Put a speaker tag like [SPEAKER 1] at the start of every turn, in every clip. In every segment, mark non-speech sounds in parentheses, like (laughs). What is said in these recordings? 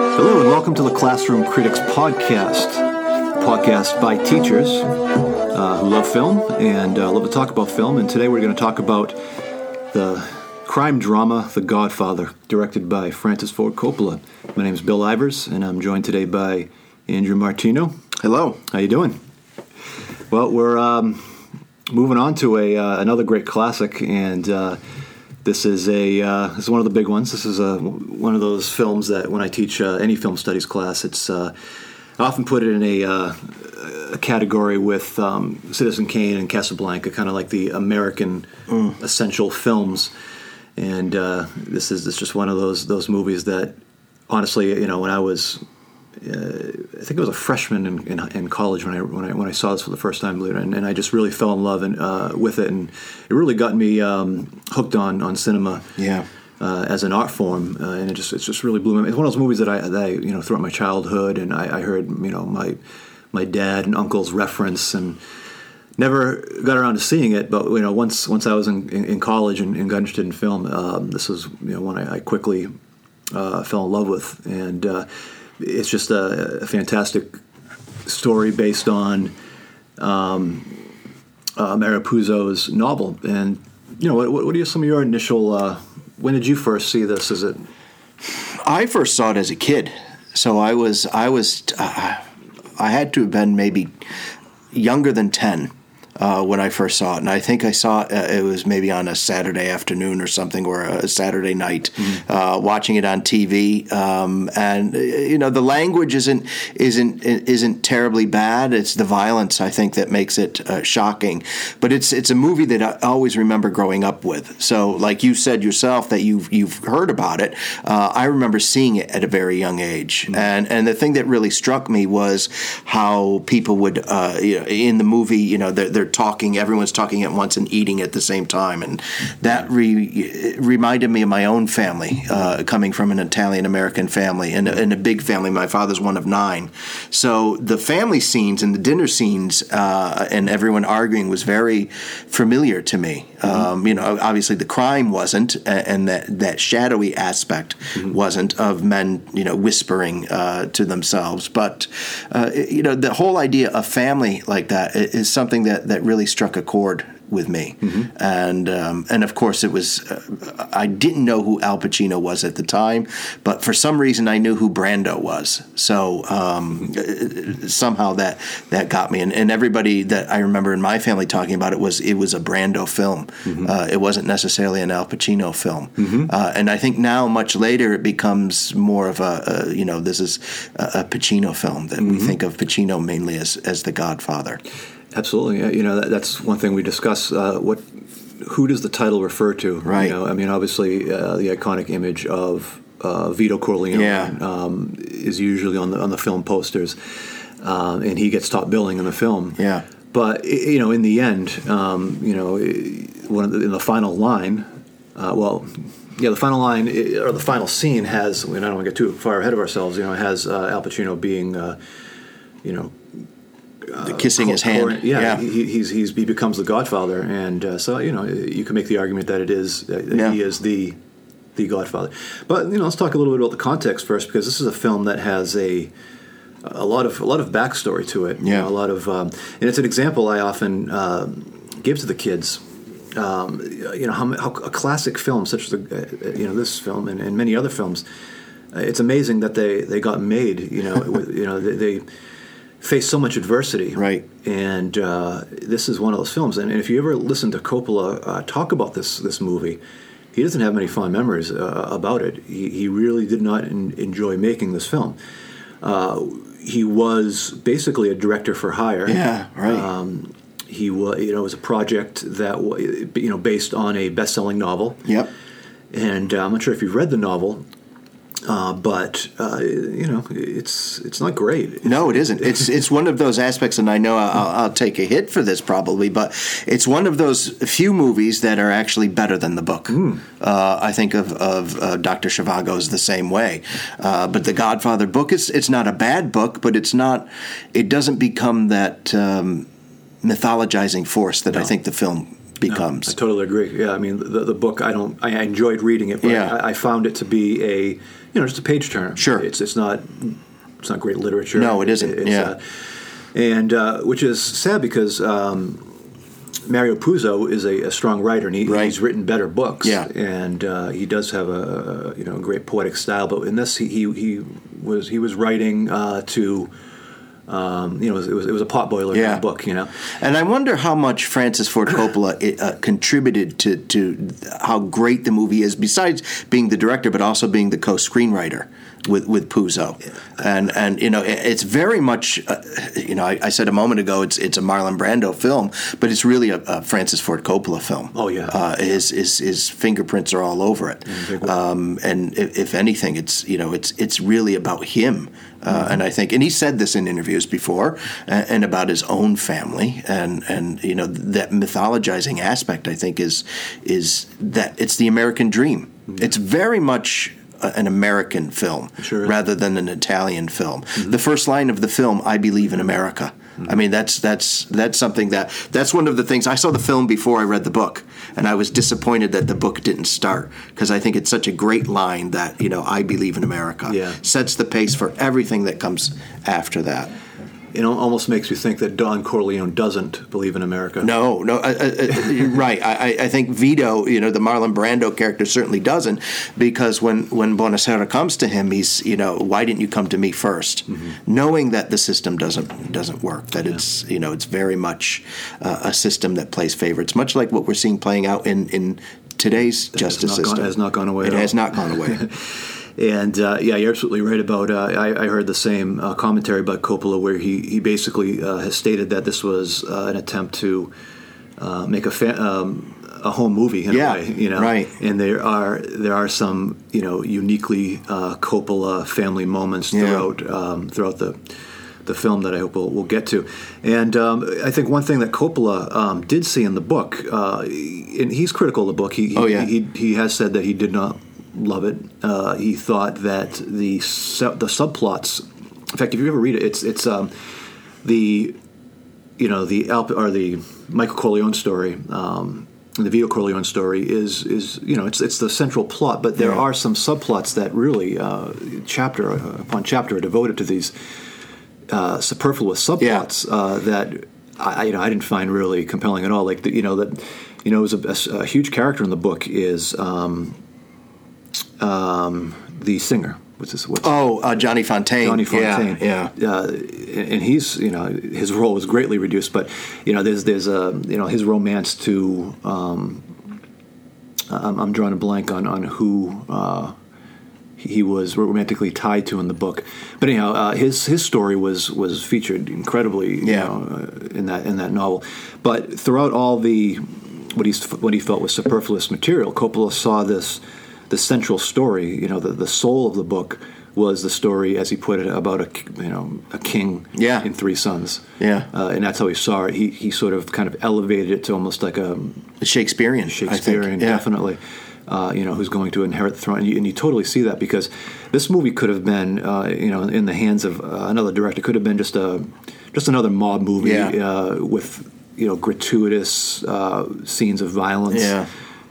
[SPEAKER 1] welcome to the Classroom Critics Podcast, podcast by teachers uh, who love film and uh, love to talk about film. And today we're going to talk about the crime drama The Godfather, directed by Francis Ford Coppola. My name is Bill Ivers, and I'm joined today by Andrew Martino.
[SPEAKER 2] Hello.
[SPEAKER 1] How you doing? Well, we're um, moving on to a uh, another great classic, and uh, this is a uh, this is one of the big ones. This is uh one of those films that when I teach uh, any film studies class, it's uh, I often put it in a, uh, a category with um, Citizen Kane and Casablanca, kind of like the American essential films. And uh, this is this just one of those those movies that, honestly, you know, when I was uh, I think I was a freshman in, in, in college when I, when I when I saw this for the first time, believe it or not, and, and I just really fell in love and, uh, with it, and it really got me um, hooked on on cinema.
[SPEAKER 2] Yeah.
[SPEAKER 1] Uh, as an art form, uh, and it just it's just really blew my. It's one of those movies that I that I, you know throughout my childhood, and I, I heard you know my my dad and uncles reference and never got around to seeing it, but you know, once once I was in, in, in college and, and got interested in film, um, this was you know one I, I quickly uh, fell in love with, and uh, it's just a, a fantastic story based on um, uh, Maripuzo's novel. And you know, what, what are some of your initial? Uh, when did you first see this? Is it
[SPEAKER 2] I first saw it as a kid, so I was I was uh, I had to have been maybe younger than ten uh, when I first saw it, and I think I saw it, uh, it was maybe on a Saturday afternoon or something, or a Saturday night, uh, watching it on TV. Um, and uh, you know, the language isn't isn't isn't terribly bad. It's the violence I think that makes it uh, shocking, but it's it's a movie that I always remember growing up with. So, like you said yourself, that you've you've heard about it. Uh, I remember seeing it at a very young age, and and the thing that really struck me was how people would, uh, you know, in the movie, you know, they're, they're talking, everyone's talking at once and eating at the same time, and that re- reminded me of my own family, uh, coming from an Italian American family and a, and a big family. My father's one of nine, so the family scenes and the dinner scenes uh, and everyone arguing was very familiar to me. Um, you know, obviously the crime wasn't, a- and that that shadowy aspect wasn't of men, you know, whispering uh, to themselves. But uh, it- you know, the whole idea of family like that i- is something that that really struck a chord with me. And um, and of course it was uh, I didn't know who Al Pacino was at the time, but for some reason I knew who Brando was. So um, somehow that that got me. And, and everybody that I remember in my family talking about it was it was a Brando film.
[SPEAKER 1] Mm-hmm.
[SPEAKER 2] Uh, it wasn't necessarily an Al Pacino film. Uh, and I think now much later it becomes more of a, a you know this is a, a Pacino film that
[SPEAKER 1] Mm-hmm.
[SPEAKER 2] we think of Pacino mainly as as the Godfather.
[SPEAKER 1] Absolutely, yeah, you know that, that's one thing we discuss. Uh, what, who does the title refer to?
[SPEAKER 2] Right.
[SPEAKER 1] You know, I mean, obviously, uh, the iconic image of uh, Vito Corleone
[SPEAKER 2] Yeah.
[SPEAKER 1] um, is usually on the on the film posters, um, and he gets top billing in the film.
[SPEAKER 2] Yeah.
[SPEAKER 1] But i- you know, in the end, um, you know, i- one of the, in the final line, uh, well. Yeah, the final line i- or the final scene has. I, mean, I don't want to get too far ahead of ourselves. You know, it has uh, Al Pacino being, uh, you know,
[SPEAKER 2] kissing his hand.
[SPEAKER 1] Uh, Cor- yeah, He, he's he's he becomes the Godfather, and uh, so you know you can make the argument that it is that
[SPEAKER 2] Yeah.
[SPEAKER 1] he is the the Godfather. But you know, let's talk a little bit about the context first, because this is a film that has a a lot of a lot of backstory to it. you
[SPEAKER 2] Yeah.
[SPEAKER 1] know, a lot of, um, and it's an example I often um, give to the kids. Um, you know how, how a classic film such as the, uh, you know this film and, and many other films. uh, It's amazing that they, they got made. You know, with, you know they, they face so much adversity.
[SPEAKER 2] Right.
[SPEAKER 1] And uh, this is one of those films. And, and if you ever listen to Coppola uh, talk about this this movie, he doesn't have many fond memories uh, about it. He, he really did not en- enjoy making this film. Uh, he was basically a director for hire.
[SPEAKER 2] yeah, right.
[SPEAKER 1] Um, He was, you know, it was a project that, wa- you know, based on a best-selling novel.
[SPEAKER 2] yep.
[SPEAKER 1] And uh, I'm not sure if you've read the novel, uh, but uh, you know, it's it's not great.
[SPEAKER 2] No, it isn't. It's it's one of those aspects, and I know I'll, I'll take a hit for this probably, but it's one of those few movies that are actually better than the book. Uh, I think of of uh, Doctor Shivago's the same way, uh, but the Godfather book is it's not a bad book, but it's not. It doesn't become that um, mythologizing force that I think the film becomes.
[SPEAKER 1] I totally agree. Yeah, I mean the, the book. I don't. I I enjoyed reading it, but
[SPEAKER 2] Yeah.
[SPEAKER 1] I, I found it to be a you know just a page turner.
[SPEAKER 2] Sure.
[SPEAKER 1] it's it's not it's not great literature.
[SPEAKER 2] No, it isn't.
[SPEAKER 1] It's,
[SPEAKER 2] Yeah.
[SPEAKER 1] uh, and uh, which is sad because um, Mario Puzo is a, a strong writer, and he,
[SPEAKER 2] Right.
[SPEAKER 1] he's written better books.
[SPEAKER 2] Yeah.
[SPEAKER 1] and uh, he does have a you know a great poetic style. But in this, he he, he was he was writing uh, to. Um, you know, it was, it was, it was a potboiler kind of
[SPEAKER 2] Yeah.
[SPEAKER 1] book. You know,
[SPEAKER 2] And I wonder how much
[SPEAKER 1] (coughs)
[SPEAKER 2] Francis Ford Coppola uh, contributed to, to how great the movie is, besides being the director, but also being the co-screenwriter with with Puzo. And and you know, it- it's very much, uh, you know, I, I said a moment ago, it's it's a Marlon Brando film, but it's really a, a Francis Ford Coppola film.
[SPEAKER 1] Oh, yeah.
[SPEAKER 2] uh, his, his his fingerprints are all over it.
[SPEAKER 1] Mm-hmm.
[SPEAKER 2] Um, and if, if anything, it's you know, it's it's really about him.
[SPEAKER 1] Mm-hmm.
[SPEAKER 2] Uh, and I think, and he said this in interviews before, and, and about his own family, and and you know that mythologizing aspect. I think is is that it's the American dream.
[SPEAKER 1] Mm-hmm.
[SPEAKER 2] It's very much a, an American film
[SPEAKER 1] Sure is. Mm-hmm.
[SPEAKER 2] rather than an Italian film. The first line of the film, "I believe in America." I mean, that's that's that's something that that's one of the things. I saw the film before I read the book, and I was disappointed that the book didn't start because I think it's such a great line that you know, "I believe in America."
[SPEAKER 1] Yeah.
[SPEAKER 2] sets the pace for everything that comes after that.
[SPEAKER 1] it al- almost makes you think that Don Corleone doesn't believe in America.
[SPEAKER 2] No, no, uh, uh,
[SPEAKER 1] (laughs)
[SPEAKER 2] uh, you're right. I, I- I think Vito, you know, the Marlon Brando character certainly doesn't, because when when Bonacera comes to him, he's, you know, why didn't you come to me 1st
[SPEAKER 1] Mm-hmm.
[SPEAKER 2] Knowing that the system doesn't doesn't work, that it's, you know, it's very much uh, a system that plays favorites, much like what we're seeing playing out in in today's justice
[SPEAKER 1] not gone-
[SPEAKER 2] system.
[SPEAKER 1] has not gone away
[SPEAKER 2] It
[SPEAKER 1] at
[SPEAKER 2] has
[SPEAKER 1] all.
[SPEAKER 2] not gone away.
[SPEAKER 1] (laughs) And uh, yeah, you're absolutely right about. Uh, I, I heard the same uh, commentary by Coppola, where he he basically uh, has stated that this was uh, an attempt to uh, make a fa- um, a home movie in a
[SPEAKER 2] Yeah,
[SPEAKER 1] way, you know.
[SPEAKER 2] right.
[SPEAKER 1] And there are there are some you know uniquely uh, Coppola family moments
[SPEAKER 2] Yeah.
[SPEAKER 1] throughout um, throughout the the film that I hope we'll, we'll get to. And um, I think one thing that Coppola um, did see in the book, uh, and he's critical of the book. He, he-
[SPEAKER 2] Oh, yeah.
[SPEAKER 1] he, he has said that he did not love it. Uh, he thought that the sub, the subplots. In fact, if you ever read it, it's it's um, the you know the Alp or the Michael Corleone story. Um, the Vito Corleone story is is you know it's it's the central plot, but there
[SPEAKER 2] Yeah.
[SPEAKER 1] are some subplots that really uh, chapter upon chapter are devoted to these uh, superfluous subplots uh, that I I- you know I didn't find really compelling at all. Like the, you know that you know it was a- a, s- a huge character in the book is um, um, the singer. What's this? What's
[SPEAKER 2] oh, uh, Johnny Fontaine.
[SPEAKER 1] Johnny
[SPEAKER 2] Yeah,
[SPEAKER 1] Fontaine.
[SPEAKER 2] yeah.
[SPEAKER 1] Uh, and and he's you know his role was greatly reduced, but you know there's there's a you know his romance to um, I'm, I'm drawing a blank on on who. Uh, he was romantically tied to in the book, but anyhow, uh, his his story was was featured incredibly, you
[SPEAKER 2] Yeah.
[SPEAKER 1] know, uh, in that in that novel. But throughout all the what he's what he felt was superfluous material, Coppola saw this the central story. You know, the, the soul of the book was the story, as he put it, about a k- you know a king
[SPEAKER 2] Yeah.
[SPEAKER 1] and three sons.
[SPEAKER 2] Yeah.
[SPEAKER 1] uh, and that's how he saw it. He he sort of kind of elevated it to almost like a
[SPEAKER 2] Shakespearean. I think.
[SPEAKER 1] Shakespearean,
[SPEAKER 2] Yeah.
[SPEAKER 1] definitely. Uh, you know who's going to inherit the throne, and you, and you totally see that because this movie could have been, uh, you know, in the hands of uh, another director. Could have been just a just another mob movie
[SPEAKER 2] Yeah.
[SPEAKER 1] uh, with you know gratuitous uh, scenes of violence
[SPEAKER 2] Yeah.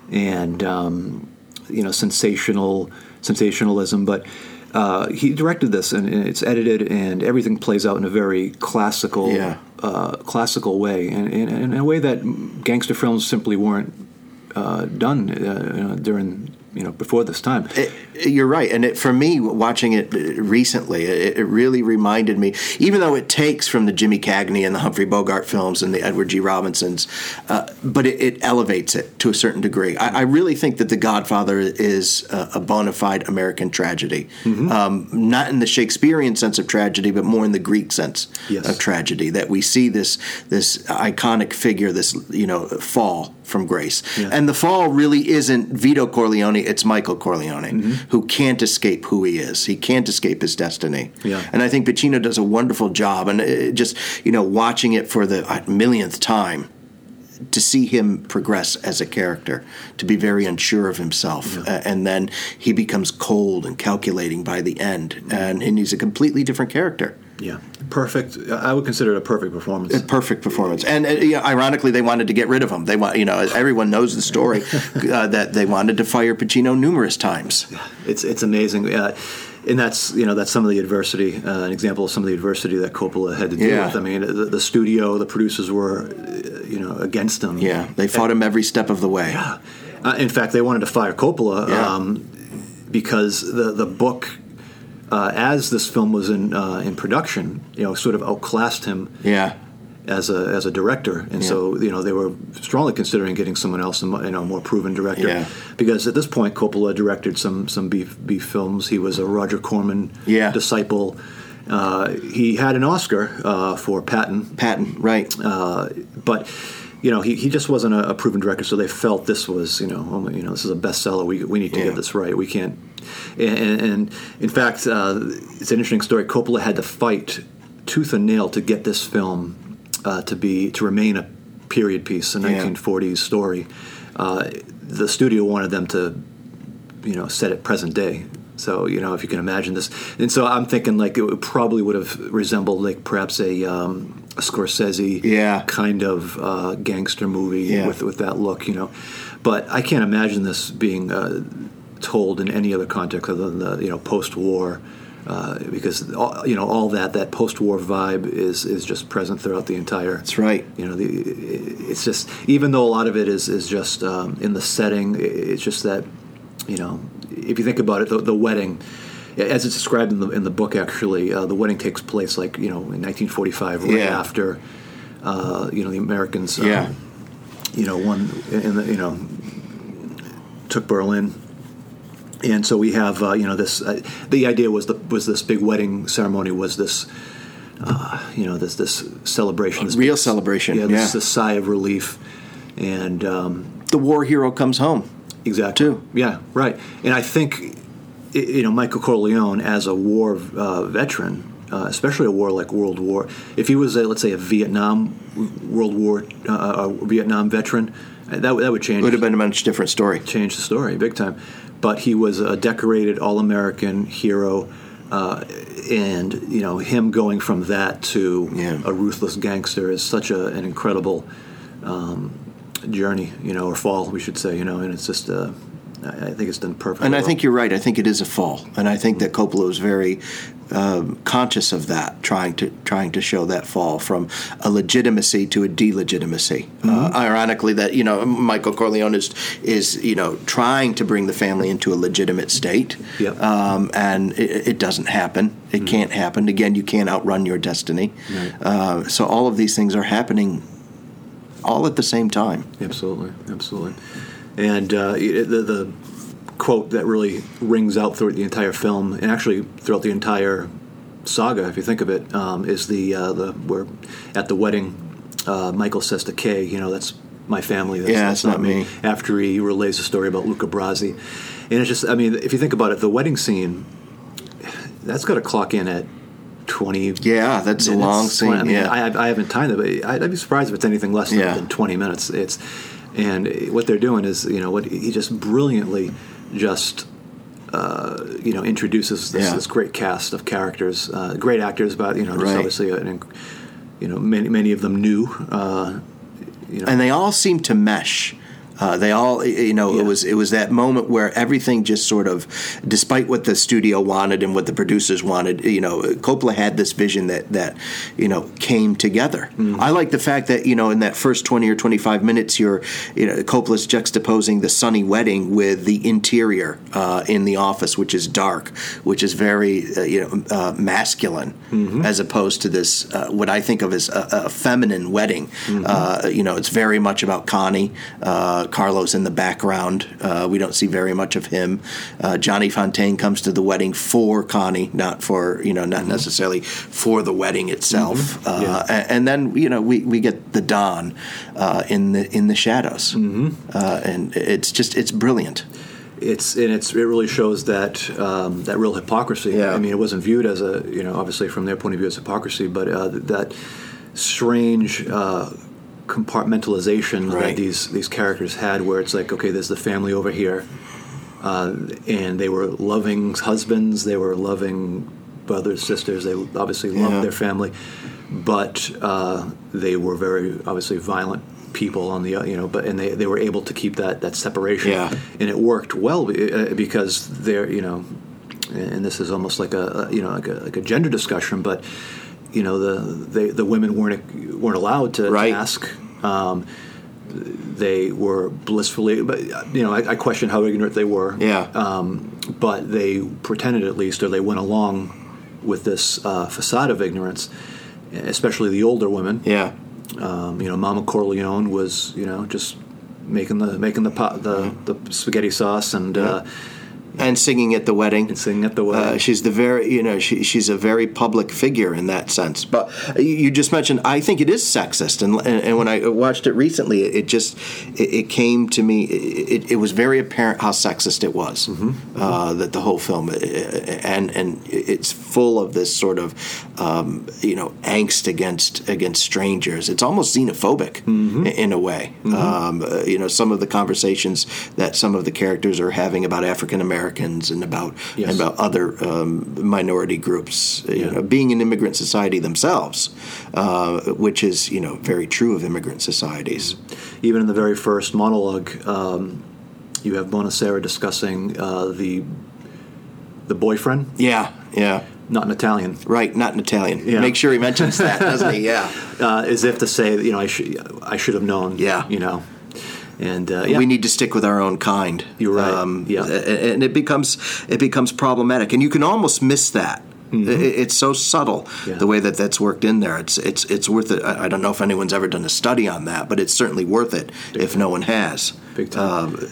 [SPEAKER 1] and um, you know sensational sensationalism, but. Uh, he directed this, and it's edited, and everything plays out in a very classical,
[SPEAKER 2] Yeah.
[SPEAKER 1] uh, classical way, and, and, and in a way that gangster films simply weren't uh, done uh, you know, during you know before this time.
[SPEAKER 2] it, you're right, and it, for me, watching it uh, recently, it, it really reminded me. Even though it takes from the Jimmy Cagney and the Humphrey Bogart films and the Edward G. Robinsons, uh, but it, it elevates it to a certain degree. I, I really think that The Godfather is a, a bona fide American tragedy, um, not in the Shakespearean sense of tragedy, but more in the Greek sense
[SPEAKER 1] Yes.
[SPEAKER 2] of tragedy. That we see this this iconic figure, this you know fall from grace,
[SPEAKER 1] Yeah.
[SPEAKER 2] and the fall really isn't Vito Corleone, it's Michael Corleone,
[SPEAKER 1] Mm-hmm.
[SPEAKER 2] who can't escape who he is. He can't escape his destiny.
[SPEAKER 1] Yeah.
[SPEAKER 2] And I think Pacino does a wonderful job. And uh, just, you know, watching it for the uh, millionth time, to see him progress as a character, to be very unsure of himself, uh, and then he becomes cold and calculating by the end,
[SPEAKER 1] Mm-hmm.
[SPEAKER 2] and, and he's a completely different character.
[SPEAKER 1] Yeah, perfect. I would consider it a perfect performance.
[SPEAKER 2] A perfect performance. And uh, yeah, ironically, they wanted to get rid of him. They want, you know, everyone knows
[SPEAKER 1] (laughs)
[SPEAKER 2] the story uh, that they wanted to fire Pacino numerous times.
[SPEAKER 1] It's it's amazing. Uh, and that's you know that's some of the adversity, uh, an example of some of the adversity that Coppola had to deal
[SPEAKER 2] Yeah.
[SPEAKER 1] with. I mean, the, the studio, the producers were, uh, you know, against him.
[SPEAKER 2] Yeah, they fought him every step of the way.
[SPEAKER 1] Uh, in fact, they wanted to fire Coppola
[SPEAKER 2] Yeah.
[SPEAKER 1] um, because the the book, uh, as this film was in uh, in production, you know, sort of outclassed him
[SPEAKER 2] Yeah.
[SPEAKER 1] as a as a director, and so you know they were strongly considering getting someone else, a mo- you know, more proven director,
[SPEAKER 2] Yeah.
[SPEAKER 1] because at this point Coppola directed some some B B films. He was a Roger Corman
[SPEAKER 2] Yeah.
[SPEAKER 1] disciple. Uh, he had an Oscar uh, for Patton,
[SPEAKER 2] Patton, right.
[SPEAKER 1] uh, but you know he, he just wasn't a, a proven director, so they felt this was you know oh, you know this is a bestseller. We we need to
[SPEAKER 2] Yeah.
[SPEAKER 1] get this right. We can't. And, and, and in fact, uh, it's an interesting story. Coppola had to fight tooth and nail to get this film uh, to be to remain a period piece, a 1940s story. Uh, the studio wanted them to you know set at present day. So you know if you can imagine this, and so I'm thinking like it would- probably would have resembled like perhaps a, um, a Scorsese
[SPEAKER 2] Yeah.
[SPEAKER 1] kind of uh, gangster movie
[SPEAKER 2] Yeah.
[SPEAKER 1] with with that look, you know. But I can't imagine this being uh, told in any other context other than the you know post-war. Uh, because all, you know all that that post-war vibe is is just present throughout the entire
[SPEAKER 2] That's right.
[SPEAKER 1] you know the, it's just even though a lot of it is is just um, in the setting i- it's just that you know if you think about it the, the wedding as it's described in the in the book actually uh, the wedding takes place like you know in 1945 right
[SPEAKER 2] Yeah.
[SPEAKER 1] after uh, you know the Americans um,
[SPEAKER 2] Yeah.
[SPEAKER 1] you know one in the you know took Berlin and so we have uh, you know this uh, the idea was the was this big wedding ceremony was this uh, you know this this celebration this
[SPEAKER 2] Real
[SPEAKER 1] big-
[SPEAKER 2] celebration.
[SPEAKER 1] yeah,
[SPEAKER 2] Yeah.
[SPEAKER 1] this is a sigh of relief, and um,
[SPEAKER 2] the war hero comes home.
[SPEAKER 1] exactly.
[SPEAKER 2] Too.
[SPEAKER 1] Yeah, right. And I think i- you know Michael Corleone as a war uh, veteran, uh, especially a war like World War. If he was a let's say a Vietnam World War uh, a Vietnam veteran, that would- that would change
[SPEAKER 2] It would have been a much different story.
[SPEAKER 1] changed the story big time. But he was a decorated All American hero. Uh, and you know him going from that to
[SPEAKER 2] Yeah.
[SPEAKER 1] a ruthless gangster is such a, an incredible um, journey, you know, or fall, we should say, you know. And it's just, uh, I I think it's done perfectly.
[SPEAKER 2] And I
[SPEAKER 1] well.
[SPEAKER 2] think you're right. I think it is a fall, and I think that Coppola was very um, conscious of that, trying to trying to show that fall from a legitimacy to a delegitimacy. Uh, ironically, that you know Michael Corleone is is you know trying to bring the family into a legitimate state,
[SPEAKER 1] Yep.
[SPEAKER 2] um, and it, it doesn't happen. It can't happen. Again, you can't outrun your destiny. Uh, so all of these things are happening all at the same time.
[SPEAKER 1] Absolutely, absolutely. And uh, it- the, the quote that really rings out throughout the entire film, and actually throughout the entire saga, if you think of it, um, is the uh, the where at the wedding, uh, Michael says to Kay, you know, that's my family. That's,
[SPEAKER 2] Yeah,
[SPEAKER 1] that's
[SPEAKER 2] it's not me.
[SPEAKER 1] After he relays the story about Luca Brasi, and it's just, I mean, if you think about it, the wedding scene, that's got to clock in at twenty.
[SPEAKER 2] Yeah, that's a
[SPEAKER 1] And
[SPEAKER 2] long
[SPEAKER 1] it's 20
[SPEAKER 2] scene.
[SPEAKER 1] I mean,
[SPEAKER 2] yeah.
[SPEAKER 1] I, I haven't timed it, but I- I'd be surprised if it's anything less than,
[SPEAKER 2] Yeah.
[SPEAKER 1] than 20 minutes. It's and what they're doing is, you know, what he just brilliantly just. Uh, you know, introduces this,
[SPEAKER 2] Yeah.
[SPEAKER 1] this great cast of characters, uh, great actors, but you know, just
[SPEAKER 2] Right.
[SPEAKER 1] obviously, an, inc- you know, many many of them new. Uh, you know,
[SPEAKER 2] and they all seemed to mesh. Uh, they all, y- you know,
[SPEAKER 1] Yeah.
[SPEAKER 2] it was it was that moment where everything just sort of, despite what the studio wanted and what the producers wanted, you know, Coppola had this vision that that you know came together. I like the fact that you know in that first twenty or twenty five minutes, you're you know Coppola's juxtaposing the sunny wedding with the interior uh, in the office, which is dark, which is very uh, you know uh, masculine, as opposed to this uh, what I think of as a, a feminine wedding. Uh, you know, it's very much about Connie, uh, Carlos in the background. Uh, we don't see very much of him. Uh, Johnny Fontaine comes to the wedding for Connie, not for you know, not necessarily for the wedding itself. Uh, a- and, then you know, we, we get the Don uh, in the in the shadows, uh, and it's just it's brilliant.
[SPEAKER 1] it's and it's it really shows that um, that real hypocrisy.
[SPEAKER 2] Yeah.
[SPEAKER 1] I mean, it wasn't viewed as a you know obviously from their point of view as hypocrisy, but uh, that strange uh, compartmentalization that
[SPEAKER 2] Right.
[SPEAKER 1] these these characters had, where it's like okay, there's the family over here, uh, and they were loving husbands, they were loving brothers, sisters, they obviously loved
[SPEAKER 2] Yeah.
[SPEAKER 1] their family, but uh, they were very obviously violent people on the uh, you know but and they, they were able to keep that that separation
[SPEAKER 2] Yeah.
[SPEAKER 1] and it worked well uh, because they're you know and this is almost like a you know like a, like a gender discussion, but you know the they, the women weren't weren't allowed to
[SPEAKER 2] Right.
[SPEAKER 1] ask. Um, they were blissfully, but you know I, I question how ignorant they were.
[SPEAKER 2] Yeah.
[SPEAKER 1] Um, but they pretended at least, or they went along with this uh, facade of ignorance, especially the older women.
[SPEAKER 2] Yeah.
[SPEAKER 1] Um, you know, Mama Corleone was you know just making the making the pot, the, the spaghetti sauce and uh,
[SPEAKER 2] And singing at the wedding.
[SPEAKER 1] singing at the wedding.
[SPEAKER 2] Uh, she's the very, you know, she, she's a very public figure in that sense. But you- you just mentioned, I think it is sexist, and and, and when I watched it recently, it, it just it, it came to me. It, it, it was very apparent how sexist it was. Uh, that the whole film, uh, and and it's full of this sort of, um, you know, angst against against strangers. It's almost xenophobic
[SPEAKER 1] Mm-hmm.
[SPEAKER 2] i- in a way. Um, uh, you know, some of the conversations that some of the characters are having about African Americans and about
[SPEAKER 1] Yes.
[SPEAKER 2] and about other um, minority groups, uh, you
[SPEAKER 1] Yeah.
[SPEAKER 2] know, being an immigrant society themselves, uh, which is you know very true of immigrant societies.
[SPEAKER 1] even in the very first monologue, um, you have Bonacera discussing uh, the the boyfriend,
[SPEAKER 2] Yeah, yeah,
[SPEAKER 1] not an Italian,
[SPEAKER 2] right. Not an Italian.
[SPEAKER 1] Yeah.
[SPEAKER 2] Make sure he mentions that,
[SPEAKER 1] (laughs)
[SPEAKER 2] doesn't he? Yeah.
[SPEAKER 1] uh, as if to say, you know, I should I should have known.
[SPEAKER 2] Yeah.
[SPEAKER 1] you know, and uh, yeah,
[SPEAKER 2] We need to stick with our own kind. Um,
[SPEAKER 1] You're right. Yeah.
[SPEAKER 2] a- a- and it becomes it becomes problematic, and you can almost miss that. I- i- It's so subtle
[SPEAKER 1] Mm-hmm. Yeah.
[SPEAKER 2] the way that that's worked in there. It's it's it's worth it. I I don't know if anyone's ever done a study on that, but it's certainly worth it if no one has.
[SPEAKER 1] big time.
[SPEAKER 2] Um,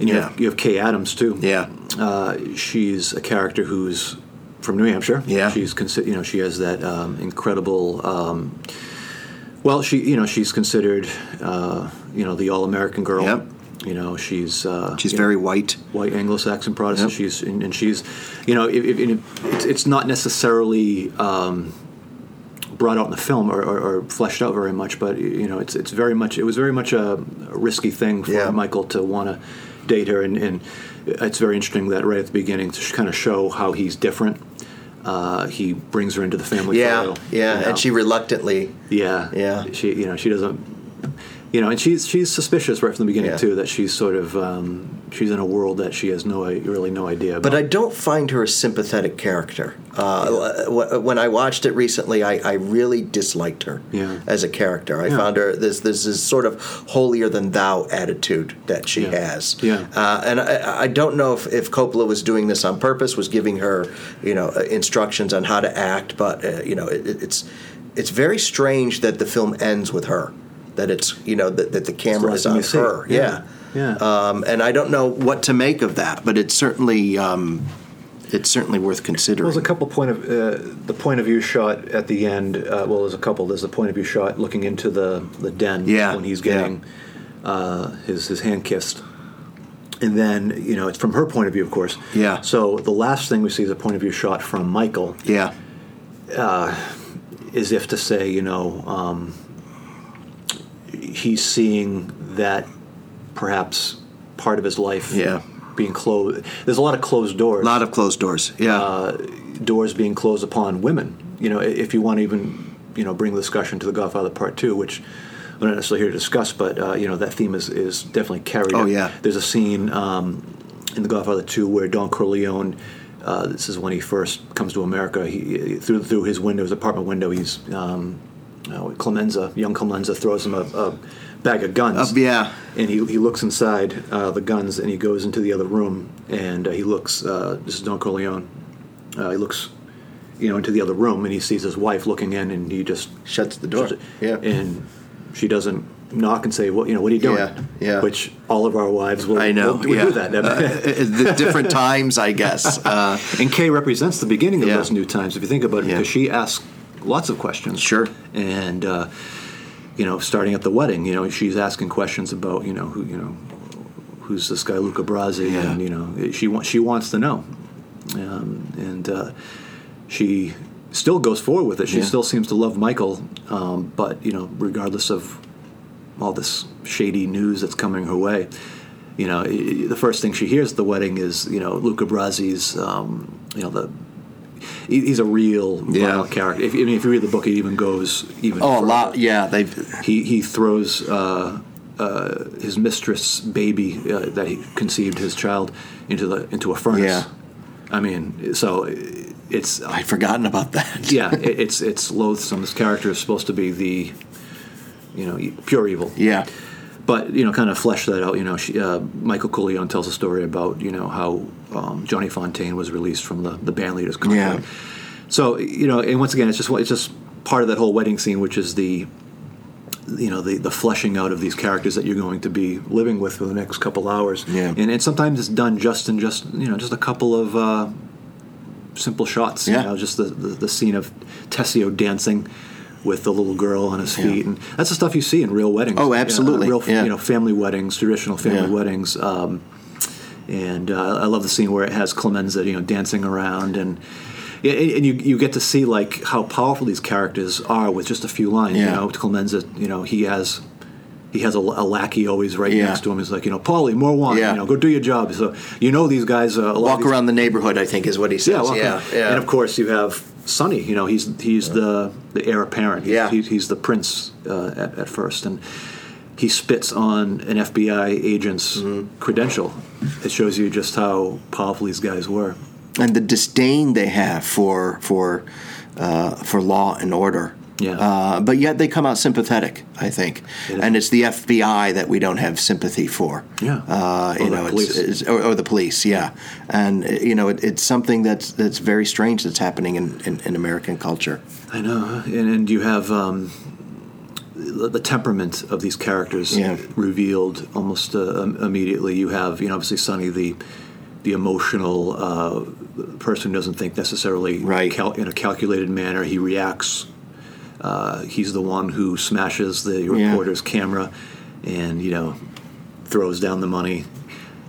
[SPEAKER 1] and you,
[SPEAKER 2] yeah.
[SPEAKER 1] have, you have Kay Adams too.
[SPEAKER 2] yeah.
[SPEAKER 1] uh, she's a character who's from New Hampshire.
[SPEAKER 2] Yeah.
[SPEAKER 1] she's consi- you know she has that um, incredible. Um, well, she you know she's considered uh, you know the all American girl.
[SPEAKER 2] Yep.
[SPEAKER 1] You know she's uh,
[SPEAKER 2] She's
[SPEAKER 1] you know,
[SPEAKER 2] very white.
[SPEAKER 1] white Anglo-Saxon Protestant.
[SPEAKER 2] Yep.
[SPEAKER 1] She's and, and she's, you know, if, if, and it's, it's not necessarily um, brought out in the film or, or, or fleshed out very much, but you know, it's it's very much it was very much a risky thing for
[SPEAKER 2] Yeah.
[SPEAKER 1] Michael to want to date her, and, and it's very interesting that right at the beginning to kind of show how he's different. Uh, he brings her into the family. photo, you know.
[SPEAKER 2] and she reluctantly.
[SPEAKER 1] Yeah,
[SPEAKER 2] Yeah.
[SPEAKER 1] She, you know, she doesn't. You know, and she's she's suspicious right from the beginning
[SPEAKER 2] Yeah.
[SPEAKER 1] too. That she's sort of um, she's in a world that she has no i- really no idea. About.
[SPEAKER 2] But I don't find her a sympathetic character. Uh, wh- When I watched it recently, I, I really disliked her
[SPEAKER 1] Yeah.
[SPEAKER 2] as a character. I
[SPEAKER 1] Yeah.
[SPEAKER 2] found her this this is sort of holier than thou attitude that she
[SPEAKER 1] Yeah.
[SPEAKER 2] has.
[SPEAKER 1] Yeah.
[SPEAKER 2] Uh, and I, I don't know if, if Coppola was doing this on purpose, was giving her you know uh, instructions on how to act, but uh, you know it, it- it's it's very strange that the film ends with her. That it's you know that, that the camera
[SPEAKER 1] It's
[SPEAKER 2] is
[SPEAKER 1] the
[SPEAKER 2] on
[SPEAKER 1] last thing you
[SPEAKER 2] her.
[SPEAKER 1] see. Yeah.
[SPEAKER 2] yeah.
[SPEAKER 1] Yeah.
[SPEAKER 2] Um, and I don't know what to make of that, but it's certainly um, it's certainly worth
[SPEAKER 1] Well,
[SPEAKER 2] considering.
[SPEAKER 1] there's a couple point of uh, the point of view shot at the end. Uh, well, there's a couple. There's the point of view shot looking into the the den
[SPEAKER 2] Yeah,
[SPEAKER 1] when he's
[SPEAKER 2] yeah.
[SPEAKER 1] getting uh, his his hand kissed, and then you know it's from her point of view, of course.
[SPEAKER 2] Yeah.
[SPEAKER 1] So the last thing we see is a point of view shot from Michael,
[SPEAKER 2] yeah,
[SPEAKER 1] as if to say, you know, um, he's seeing that perhaps part of his life
[SPEAKER 2] Yeah.
[SPEAKER 1] being closed. There's a lot of closed doors.
[SPEAKER 2] a lot of closed doors. Yeah,
[SPEAKER 1] Uh, doors being closed upon women. You know, i- if you want to even, you know, bring the discussion to The Godfather Part Two, which we're not necessarily here to discuss, but uh, you know, that theme is is definitely carried.
[SPEAKER 2] Oh,
[SPEAKER 1] up.
[SPEAKER 2] yeah.
[SPEAKER 1] There's a scene um, in The Godfather Two where Don Corleone. Uh, this is when he first comes to America. He through through his window, his apartment window. He's um, uh, Clemenza, young Clemenza, throws him a, a bag of guns
[SPEAKER 2] Uh, yeah. (laughs)
[SPEAKER 1] and he, he looks inside uh, the guns and he goes into the other room and uh, he looks uh, this is don corleone uh, he looks you know into the other room and he sees his wife looking in and he just
[SPEAKER 2] Shuts the door.
[SPEAKER 1] shuts
[SPEAKER 2] Yeah.
[SPEAKER 1] and she doesn't knock and say what you know what are you doing
[SPEAKER 2] Yeah, yeah.
[SPEAKER 1] which all of our wives will
[SPEAKER 2] I know.
[SPEAKER 1] will, will
[SPEAKER 2] yeah.
[SPEAKER 1] do that
[SPEAKER 2] (laughs) Uh, the different times, I guess.
[SPEAKER 1] (laughs)
[SPEAKER 2] Uh,
[SPEAKER 1] and Kay represents the beginning of
[SPEAKER 2] Yeah.
[SPEAKER 1] those new times, if you think about it,
[SPEAKER 2] Yeah.
[SPEAKER 1] because she asks lots of questions.
[SPEAKER 2] Sure.
[SPEAKER 1] And, uh, you know, starting at the wedding, you know, she's asking questions about, you know, who, you know, who's this guy Luca Brasi,
[SPEAKER 2] Yeah.
[SPEAKER 1] and you know, she wants she wants to know, um, and uh, she still goes forward with it. She
[SPEAKER 2] Yeah.
[SPEAKER 1] still seems to love Michael, um, but you know, regardless of all this shady news that's coming her way. You know, i- i- the first thing she hears at the wedding is, you know, Luca Brasi's, um, you know, the he- he's a real
[SPEAKER 2] Yeah.
[SPEAKER 1] violent character. If, I mean, if you read the book, it even goes even.
[SPEAKER 2] oh, a
[SPEAKER 1] further.
[SPEAKER 2] lot. Yeah, they've
[SPEAKER 1] He he throws uh, uh, his mistress' baby uh, that he conceived his child into the into a furnace.
[SPEAKER 2] Yeah.
[SPEAKER 1] I mean, so uh, it's
[SPEAKER 2] I'd forgotten about that. (laughs)
[SPEAKER 1] yeah, it, it's it's loathsome. This character is supposed to be the you know pure evil.
[SPEAKER 2] yeah.
[SPEAKER 1] But you know, kind of flesh that out. You know, she, uh, Michael Corleone tells a story about you know how um, Johnny Fontaine was released from the the band leaders contract.
[SPEAKER 2] Yeah.
[SPEAKER 1] So you know, and once again, it's just it's just part of that whole wedding scene, which is the you know the the fleshing out of these characters that you're going to be living with for the next couple hours.
[SPEAKER 2] Yeah.
[SPEAKER 1] And and sometimes it's done just in just you know just a couple of. Uh, Simple shots, you
[SPEAKER 2] Yeah.
[SPEAKER 1] know, just the, the, the scene of Tessio dancing with the little girl on his feet, and that's the stuff you see in real weddings.
[SPEAKER 2] Oh,
[SPEAKER 1] Yeah,
[SPEAKER 2] absolutely.
[SPEAKER 1] uh, real,
[SPEAKER 2] Yeah.
[SPEAKER 1] you know, family weddings, traditional family
[SPEAKER 2] Yeah.
[SPEAKER 1] weddings. Um, and uh, I love the scene where it has Clemenza, you know, dancing around, and yeah, and and you you get to see like how powerful these characters are with just a few lines. You
[SPEAKER 2] Yeah.
[SPEAKER 1] know, Clemenza, you know, he has. He has a, a lackey always right
[SPEAKER 2] Yeah.
[SPEAKER 1] next to him. He's like, you know, Paulie, more wine.
[SPEAKER 2] Yeah.
[SPEAKER 1] You know, go do your job. So you know these guys. Uh, a lot of
[SPEAKER 2] Walk
[SPEAKER 1] these-
[SPEAKER 2] around the neighborhood, I think, is what he says.
[SPEAKER 1] yeah, well,
[SPEAKER 2] yeah, yeah.
[SPEAKER 1] And of course, you have Sonny. You know, he's he's the the heir apparent. He's-
[SPEAKER 2] Yeah.
[SPEAKER 1] he's, he's the prince uh, at, at first, and he spits on an FBI agent's
[SPEAKER 2] Mm-hmm.
[SPEAKER 1] credential. It shows you just how powerful these guys were.
[SPEAKER 2] and the disdain they have for for uh, for law and order.
[SPEAKER 1] Yeah.
[SPEAKER 2] Uh, but yet they come out sympathetic, I think,
[SPEAKER 1] It-
[SPEAKER 2] and it's the FBI that we don't have sympathy for.
[SPEAKER 1] Yeah.
[SPEAKER 2] uh,
[SPEAKER 1] Or
[SPEAKER 2] you
[SPEAKER 1] the
[SPEAKER 2] know,
[SPEAKER 1] police.
[SPEAKER 2] it's, it's, or, or the police, yeah, and uh, you know, it, it's something that's that's very strange that's happening in, in, in American culture.
[SPEAKER 1] I know, and, and you have um, the, the temperament of these characters
[SPEAKER 2] Yeah.
[SPEAKER 1] revealed almost uh, im- immediately. You have, you know, obviously Sonny, the the emotional uh, person who doesn't think necessarily
[SPEAKER 2] Right.
[SPEAKER 1] cal- in a calculated manner. He reacts. Uh, he's the one who smashes the reporter's camera, and you know, throws down the money.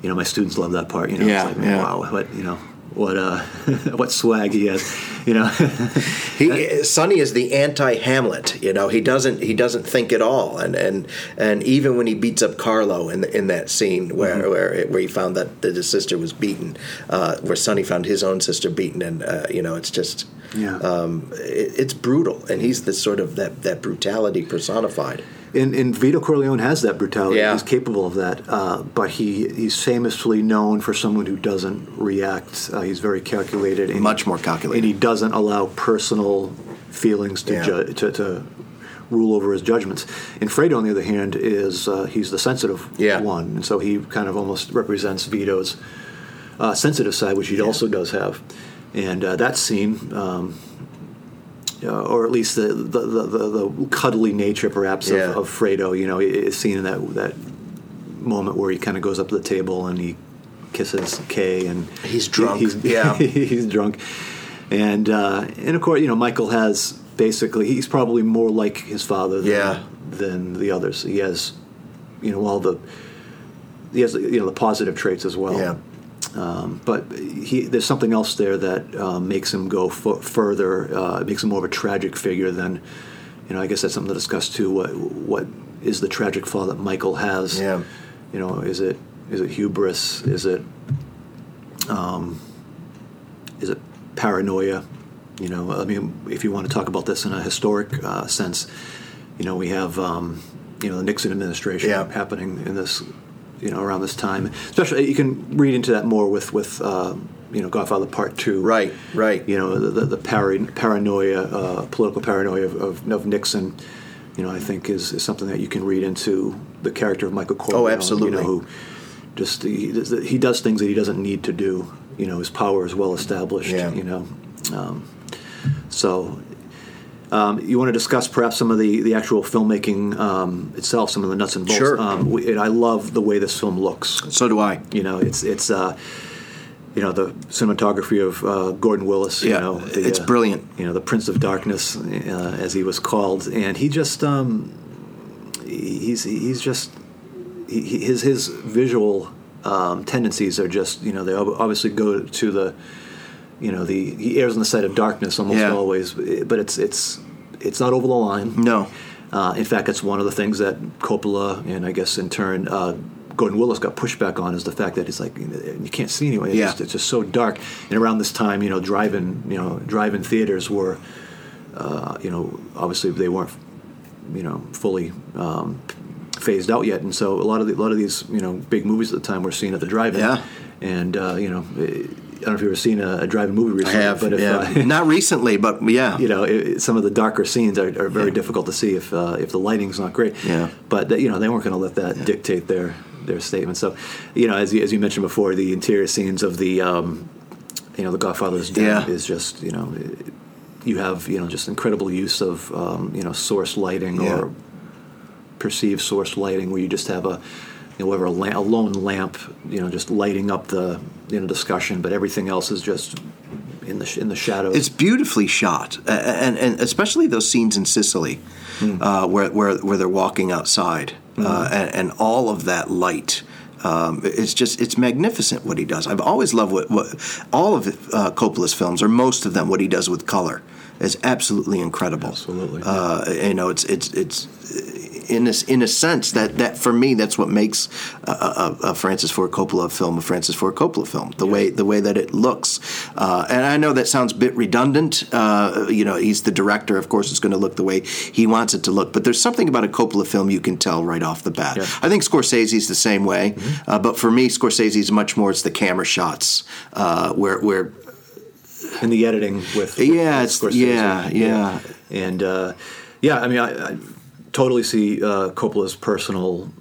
[SPEAKER 1] You know, my students love that part. You know,
[SPEAKER 2] Yeah,
[SPEAKER 1] it's like, man,
[SPEAKER 2] yeah.
[SPEAKER 1] wow, what you know, what uh, (laughs) what swag he has. You know. (laughs)
[SPEAKER 2] He Sonny is the anti-Hamlet. You know, he doesn't he doesn't think at all, and and and even when he beats up Carlo in in that scene where where, it, where he found that, that his sister was beaten, uh, where Sonny found his own sister beaten, and uh, you know, it's just.
[SPEAKER 1] Yeah.
[SPEAKER 2] Um, it, it's brutal, and he's the sort of that, that brutality personified.
[SPEAKER 1] And, and Vito Corleone has that brutality.
[SPEAKER 2] Yeah.
[SPEAKER 1] He's capable of that. Uh, but he, he's famously known for someone who doesn't react. Uh, he's very calculated. And
[SPEAKER 2] Much more
[SPEAKER 1] And he
[SPEAKER 2] calculated.
[SPEAKER 1] doesn't allow personal feelings to,
[SPEAKER 2] Yeah.
[SPEAKER 1] ju- to, to rule over his judgments. And Fredo, on the other hand, is uh, he's the sensitive
[SPEAKER 2] Yeah.
[SPEAKER 1] one. And so he kind of almost represents Vito's uh, sensitive side, which he also does have. And uh, that scene, um, uh, or at least the the, the, the, the cuddly nature, perhaps,
[SPEAKER 2] Yeah.
[SPEAKER 1] of, of Fredo, you know, is seen in that that moment where he kind of goes up to the table and he kisses Kay, and
[SPEAKER 2] He's drunk.
[SPEAKER 1] he's, (laughs)
[SPEAKER 2] Yeah.
[SPEAKER 1] he's drunk, and uh, and of course, you know, Michael has basically he's probably more like his father than,
[SPEAKER 2] Yeah.
[SPEAKER 1] than the others. He has, you know, all the he has you know the positive traits as well.
[SPEAKER 2] Yeah.
[SPEAKER 1] Um, but he, there's something else there that uh, makes him go fu- further. Uh, makes him more of a tragic figure than, you know. I guess that's something to discuss too. What what is the tragic flaw that Michael has?
[SPEAKER 2] Yeah.
[SPEAKER 1] You know, is it is it hubris? Is it um, is it paranoia? You know, I mean, if you want to talk about this in a historic uh, sense, you know, we have um, you know the Nixon administration
[SPEAKER 2] Yeah.
[SPEAKER 1] happening in this you know around this time. Especially, you can read into that more with with uh, you know Godfather Part Two,
[SPEAKER 2] Right, right.
[SPEAKER 1] You know, the the, the pari- paranoia, uh, political paranoia of, of, of Nixon. You know, I think is, is something that you can read into the character of Michael Corleone.
[SPEAKER 2] Oh,
[SPEAKER 1] You
[SPEAKER 2] absolutely.
[SPEAKER 1] know, who just he, does- he does things that he doesn't need to do. You know, his power is well established.
[SPEAKER 2] Yeah.
[SPEAKER 1] You know, um, so um, you want to discuss perhaps some of the, the actual filmmaking um, itself, some of the nuts and bolts.
[SPEAKER 2] Sure.
[SPEAKER 1] Um, we, and I love the way this film looks.
[SPEAKER 2] So do I.
[SPEAKER 1] You know, it's it's uh, you know the cinematography of uh, Gordon Willis.
[SPEAKER 2] Yeah,
[SPEAKER 1] you know, the,
[SPEAKER 2] it's
[SPEAKER 1] uh,
[SPEAKER 2] brilliant.
[SPEAKER 1] You know, the Prince of Darkness, uh, as he was called, and he just um, he's he's just he, he- his his visual um, tendencies are just you know they ob- obviously go to the you know the he errs on the side of darkness almost
[SPEAKER 2] Yeah.
[SPEAKER 1] always, but it's it's it's not over the line.
[SPEAKER 2] No.
[SPEAKER 1] Uh, in fact, that's one of the things that Coppola and I guess in turn uh, Gordon Willis got pushback on is the fact that it's like you can't see anyway. It's,
[SPEAKER 2] Yeah.
[SPEAKER 1] just, it's just so dark. And around this time, you know, drive-in, you know, drive-in theaters were, uh, you know, obviously they weren't, you know, fully um, phased out yet, and so a lot of the, a lot of these, you know, big movies at the time were seen at the drive-in.
[SPEAKER 2] Yeah.
[SPEAKER 1] And uh, you know, I don't know if you've ever seen a, a drive-in movie
[SPEAKER 2] I
[SPEAKER 1] recently,
[SPEAKER 2] have,
[SPEAKER 1] but if
[SPEAKER 2] yeah.
[SPEAKER 1] uh, (laughs)
[SPEAKER 2] (laughs) not recently, but yeah,
[SPEAKER 1] you know, it, it- some of the darker scenes are, are very
[SPEAKER 2] Yeah.
[SPEAKER 1] difficult to see if uh, if the lighting's not great.
[SPEAKER 2] Yeah.
[SPEAKER 1] But you know, they weren't going to let that dictate their their statement. So, you know, as you, as you mentioned before, the interior scenes of the um, you know the Godfather's den
[SPEAKER 2] Yeah.
[SPEAKER 1] is just you know it- you have you know just incredible use of um, you know source lighting
[SPEAKER 2] Yeah.
[SPEAKER 1] or perceived source lighting where you just have a you know, whatever a, lamp, a lone lamp you know just lighting up the you know discussion but everything else is just in the sh- in the shadows
[SPEAKER 2] it's beautifully shot, A- a- and and especially those scenes in Sicily, uh, where, where where they're walking outside, uh, and, and all of that light. Um, it's just it's magnificent what he does. I've always loved what, what all of uh, Coppola's films, or most of them, what he does with color is absolutely incredible.
[SPEAKER 1] Absolutely,
[SPEAKER 2] uh, you know, it's it's it's in this in a sense that that for me that's what makes a, a, a Francis Ford Coppola film a Francis Ford Coppola film the way the way that it looks uh, and I know that sounds a bit redundant uh, you know he's the director of course it's going to look the way he wants it to look but there's something about a Coppola film you can tell right off the bat
[SPEAKER 1] Yeah. Mm-hmm.
[SPEAKER 2] I think Scorsese's the same way uh, but for me Scorsese's much more it's the camera shots uh, where where
[SPEAKER 1] and the editing with
[SPEAKER 2] Uh, Yeah,
[SPEAKER 1] with
[SPEAKER 2] it's-
[SPEAKER 1] Scorsese.
[SPEAKER 2] yeah, yeah.
[SPEAKER 1] and uh, yeah I mean I, I totally see uh, Coppola's personal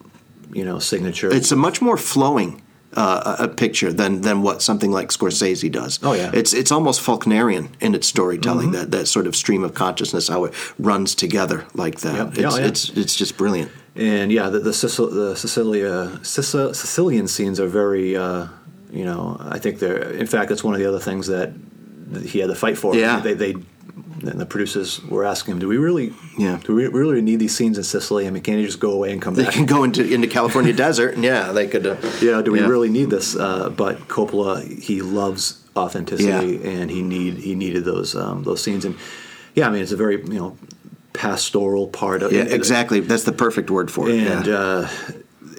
[SPEAKER 1] you know signature
[SPEAKER 2] it's a much more flowing uh, a a picture than than what something like Scorsese does.
[SPEAKER 1] Oh, yeah. Mm-hmm.
[SPEAKER 2] it's it's almost Faulknerian in its storytelling. That that sort of stream of consciousness, how it runs together like that.
[SPEAKER 1] Yep. Yeah,
[SPEAKER 2] It's,
[SPEAKER 1] yeah.
[SPEAKER 2] it's it's just brilliant.
[SPEAKER 1] and yeah, the the, Sicil- the Sicilia Sic- Sicilian scenes are very, uh, you know, I think they're. In fact, that's one of the other things that th- he had to fight for.
[SPEAKER 2] Yeah.
[SPEAKER 1] they they and the producers were asking him, do we really,
[SPEAKER 2] Yeah.
[SPEAKER 1] do we really need these scenes in Sicily? I mean, can't you just go away and come
[SPEAKER 2] They
[SPEAKER 1] back?
[SPEAKER 2] can go into into
[SPEAKER 1] (laughs)
[SPEAKER 2] California desert, and yeah, they could. Uh,
[SPEAKER 1] you know, do we
[SPEAKER 2] yeah.
[SPEAKER 1] really need this? Uh, but Coppola, he loves authenticity, and he need he needed those um, those scenes. And yeah, I mean, it's a very you know pastoral part of
[SPEAKER 2] Yeah, exactly. That's the perfect word for it.
[SPEAKER 1] and
[SPEAKER 2] yeah.
[SPEAKER 1] uh,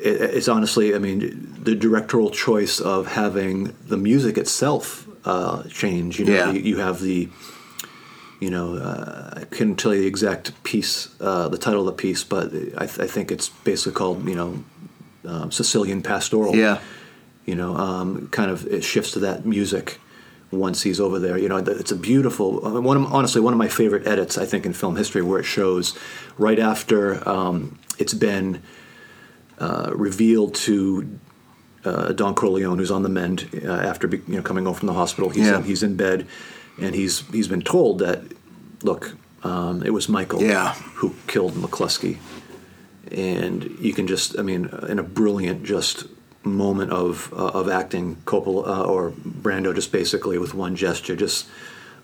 [SPEAKER 1] it, it's honestly, I mean, the directorial choice of having the music itself uh, change. You know,
[SPEAKER 2] Yeah.
[SPEAKER 1] you, you have the, you know, uh, I couldn't tell you the exact piece, uh, the title of the piece, but I, th- I think it's basically called, you know, um, Sicilian Pastoral
[SPEAKER 2] yeah.
[SPEAKER 1] you know, um, kind of it shifts to that music once he's over there. You know, th- it's a beautiful I mean, one. Of, honestly, one of my favorite edits I think in film history, where it shows right after um, it's been uh, revealed to uh, Don Corleone, who's on the mend uh, after be, you know coming home from the hospital. He's
[SPEAKER 2] Yeah.
[SPEAKER 1] in, he's in bed, and he's he's been told that look, um, it was Michael
[SPEAKER 2] Yeah.
[SPEAKER 1] who killed McCluskey, and you can just I mean in a brilliant just moment of uh, of acting Coppola uh, or Brando just basically with one gesture just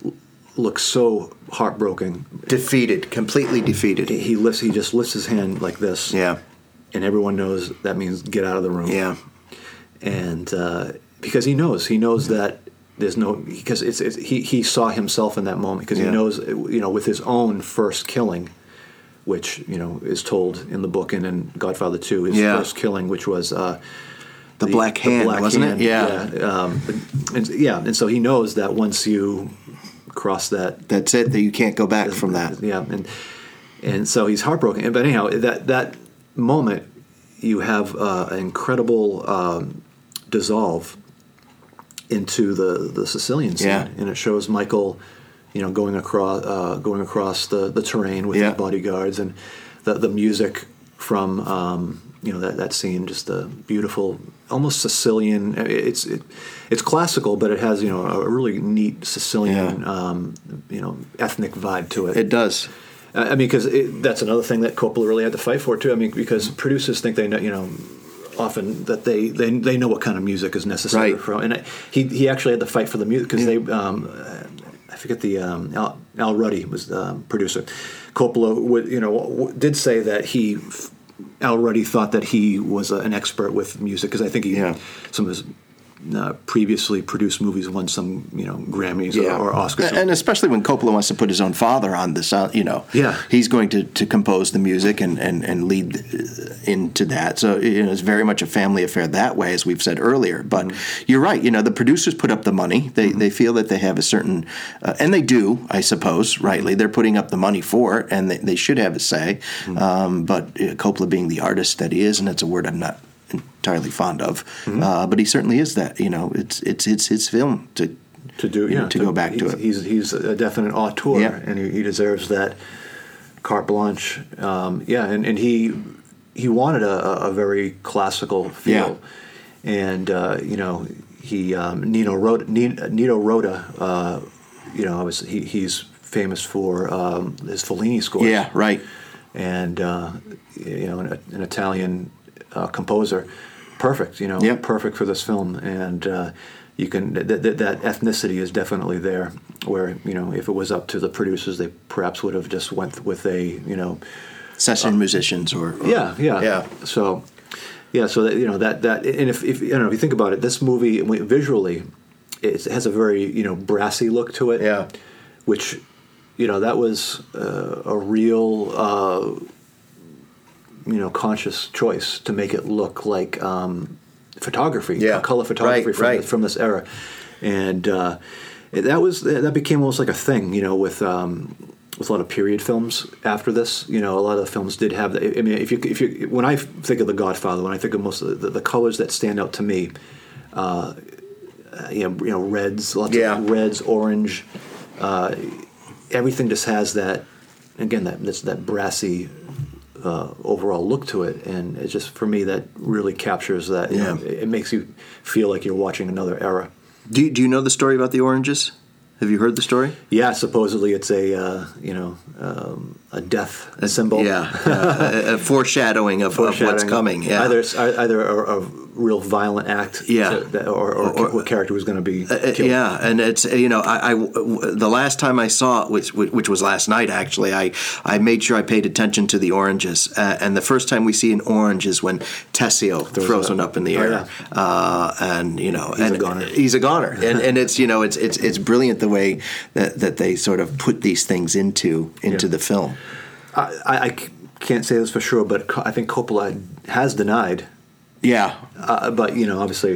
[SPEAKER 1] l- looks so heartbroken.
[SPEAKER 2] Defeated, completely defeated.
[SPEAKER 1] He lifts he just lifts his hand like this.
[SPEAKER 2] Yeah,
[SPEAKER 1] And everyone knows that means get out of the room
[SPEAKER 2] yeah,
[SPEAKER 1] and uh, because he knows, he knows
[SPEAKER 2] Mm-hmm.
[SPEAKER 1] that there's no because it's, it's he he saw himself in that moment because
[SPEAKER 2] Yeah.
[SPEAKER 1] he knows you know with his own first killing, which you know is told in the book and in Godfather Two, his
[SPEAKER 2] Yeah.
[SPEAKER 1] first killing, which was uh,
[SPEAKER 2] the, black hand,
[SPEAKER 1] black
[SPEAKER 2] wasn't
[SPEAKER 1] hand,
[SPEAKER 2] it? Yeah.
[SPEAKER 1] yeah, um, and, yeah, and so he knows that once you cross that
[SPEAKER 2] that's it. That you can't go back from that.
[SPEAKER 1] yeah, and and so he's heartbroken. And- But anyhow, that that moment, you have uh, an incredible um, dissolve into the the Sicilian scene,
[SPEAKER 2] Yeah.
[SPEAKER 1] and it shows Michael, you know, going across uh, going across the, the terrain with
[SPEAKER 2] Yeah.
[SPEAKER 1] his bodyguards, and the the music from um, you know that, that scene, just the beautiful, almost Sicilian. It's it, it's classical, but it has you know a really neat Sicilian
[SPEAKER 2] Yeah.
[SPEAKER 1] um, you know ethnic vibe to it.
[SPEAKER 2] It does.
[SPEAKER 1] I I mean, because that's another thing that Coppola really had to fight for too. I mean, because producers think they know, you know, often that they they, they know what kind of music is necessary
[SPEAKER 2] Right.
[SPEAKER 1] for. And I, he he actually had to fight for the music because they. Um, uh, I forget the um, Al, Al Ruddy was the um, producer. Coppola, would, you know, w- did say that he Al Ruddy thought that he was a, an expert with music because I think he
[SPEAKER 2] Yeah.
[SPEAKER 1] some of his uh, previously produced movies won some you know Grammys or, or Oscars.
[SPEAKER 2] And especially when Coppola wants to put his own father on the sound, you know,
[SPEAKER 1] Yeah.
[SPEAKER 2] he's going to, to compose the music and, and, and lead uh, into that. So you know, it's very much a family affair that way, as we've said earlier. But
[SPEAKER 1] Mm-hmm.
[SPEAKER 2] you're right, you know, the producers put up the money. They, they feel that they have a certain, uh, and they do, I suppose, rightly. They're putting up the money for
[SPEAKER 1] Mm-hmm.
[SPEAKER 2] it, and they, they should have a say. Um, but uh, Coppola being the artist that he is, and that's a word I'm not entirely fond of,
[SPEAKER 1] Mm-hmm.
[SPEAKER 2] uh, but he certainly is that. You know, it's it's it's his film to
[SPEAKER 1] to do
[SPEAKER 2] you know,
[SPEAKER 1] yeah,
[SPEAKER 2] to go back to
[SPEAKER 1] he's-
[SPEAKER 2] it.
[SPEAKER 1] He's he's a definite auteur,
[SPEAKER 2] Yeah.
[SPEAKER 1] and he, he deserves that carte blanche. Um, yeah, and, and he he wanted a, a- a very classical feel, and uh, you know he um, Nino Rota, Nino Rota, uh, you know, obviously he, he's famous for um, his Fellini scores
[SPEAKER 2] yeah right
[SPEAKER 1] and uh, you know an, an Italian uh, composer, perfect. You know,
[SPEAKER 2] Yep.
[SPEAKER 1] perfect for this film, and uh, you can that that that ethnicity is definitely there. Where you know, if it was up to the producers, they perhaps would have just went with a you know,
[SPEAKER 2] session musicians or, or-
[SPEAKER 1] yeah, yeah,
[SPEAKER 2] yeah
[SPEAKER 1] So, yeah, so that, you know that that and if, if you know if you think about it, this movie visually, it's- it has a very you know brassy look to it
[SPEAKER 2] yeah
[SPEAKER 1] which you know that was uh, a real uh, you know conscious choice to make it look like um, photography
[SPEAKER 2] Yeah.
[SPEAKER 1] color photography
[SPEAKER 2] Right,
[SPEAKER 1] from,
[SPEAKER 2] right.
[SPEAKER 1] from this era and uh, it- that was that became almost like a thing you know with um, with a lot of period films after this you know a lot of the films did have that I mean if you if you when I think of The Godfather when I think of most of the, the colors that stand out to me uh, you, know, you know reds lots
[SPEAKER 2] Yeah.
[SPEAKER 1] of reds orange uh, everything just has that again that that's that brassy uh, overall look to it and it's just for me that really captures that you
[SPEAKER 2] Yeah.
[SPEAKER 1] know, it, it makes you feel like you're watching another era
[SPEAKER 2] do you, do you know the story about the oranges have you heard the story
[SPEAKER 1] yeah supposedly it's a uh, you know um, a death symbol
[SPEAKER 2] yeah, (laughs) yeah. a, a foreshadowing of, of what's
[SPEAKER 1] Foreshadowing
[SPEAKER 2] coming yeah
[SPEAKER 1] either it's- either a, a real violent act
[SPEAKER 2] Yeah.
[SPEAKER 1] to- that- or, or, what character was going to be
[SPEAKER 2] Uh,
[SPEAKER 1] killed
[SPEAKER 2] Yeah, and it's uh, you know I, I- w- w- the last time I saw it, which which was last night actually, I I made sure I paid attention to the oranges, uh, and the first time we see an orange is when Tessio throws
[SPEAKER 1] a-
[SPEAKER 2] one up in the
[SPEAKER 1] Oh,
[SPEAKER 2] air,
[SPEAKER 1] yeah.
[SPEAKER 2] uh, and you know he's and
[SPEAKER 1] a goner.
[SPEAKER 2] He's a
[SPEAKER 1] (laughs)
[SPEAKER 2] goner, and and it's you know it's it's it's brilliant the way that that they sort of put these things into into
[SPEAKER 1] Yeah.
[SPEAKER 2] the film.
[SPEAKER 1] I, I- I c- can't say this for sure but Co- I think Coppola has denied
[SPEAKER 2] Yeah,
[SPEAKER 1] Uh, but you know, obviously,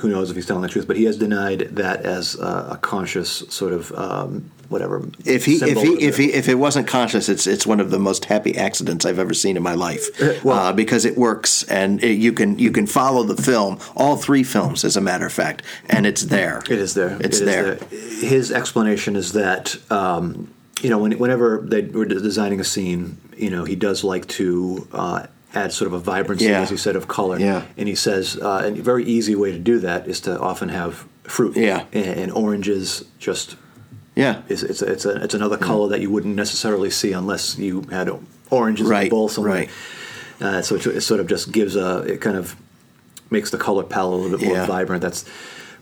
[SPEAKER 1] who knows if he's telling the truth? But he has denied that as uh, a conscious sort of um, whatever.
[SPEAKER 2] if he if
[SPEAKER 1] symbol
[SPEAKER 2] he
[SPEAKER 1] of
[SPEAKER 2] if
[SPEAKER 1] it.
[SPEAKER 2] he if it wasn't conscious, it's it's one of the most happy accidents I've ever seen in my life.
[SPEAKER 1] well-
[SPEAKER 2] uh, because it works, and it, you can you can follow the film, all three films, as a matter of fact, and it's there.
[SPEAKER 1] It is there.
[SPEAKER 2] It's
[SPEAKER 1] It is
[SPEAKER 2] there.
[SPEAKER 1] His explanation is that um, you know, when, whenever they were de- designing a scene, you know, he does like to uh, add sort of a vibrancy,
[SPEAKER 2] Yeah.
[SPEAKER 1] as he said, of color.
[SPEAKER 2] Yeah.
[SPEAKER 1] And he says uh, and a very easy way to do that is to often have fruit.
[SPEAKER 2] Yeah.
[SPEAKER 1] And, and oranges just
[SPEAKER 2] Yeah.
[SPEAKER 1] is it's a, it's, a, it's
[SPEAKER 2] Mm.
[SPEAKER 1] another color that you wouldn't necessarily see unless you had oranges in a
[SPEAKER 2] Right,
[SPEAKER 1] bowl somewhere.
[SPEAKER 2] right.
[SPEAKER 1] Uh, so it, it sort of just gives a it kind of makes the color palette a little bit more
[SPEAKER 2] Yeah.
[SPEAKER 1] vibrant. That's,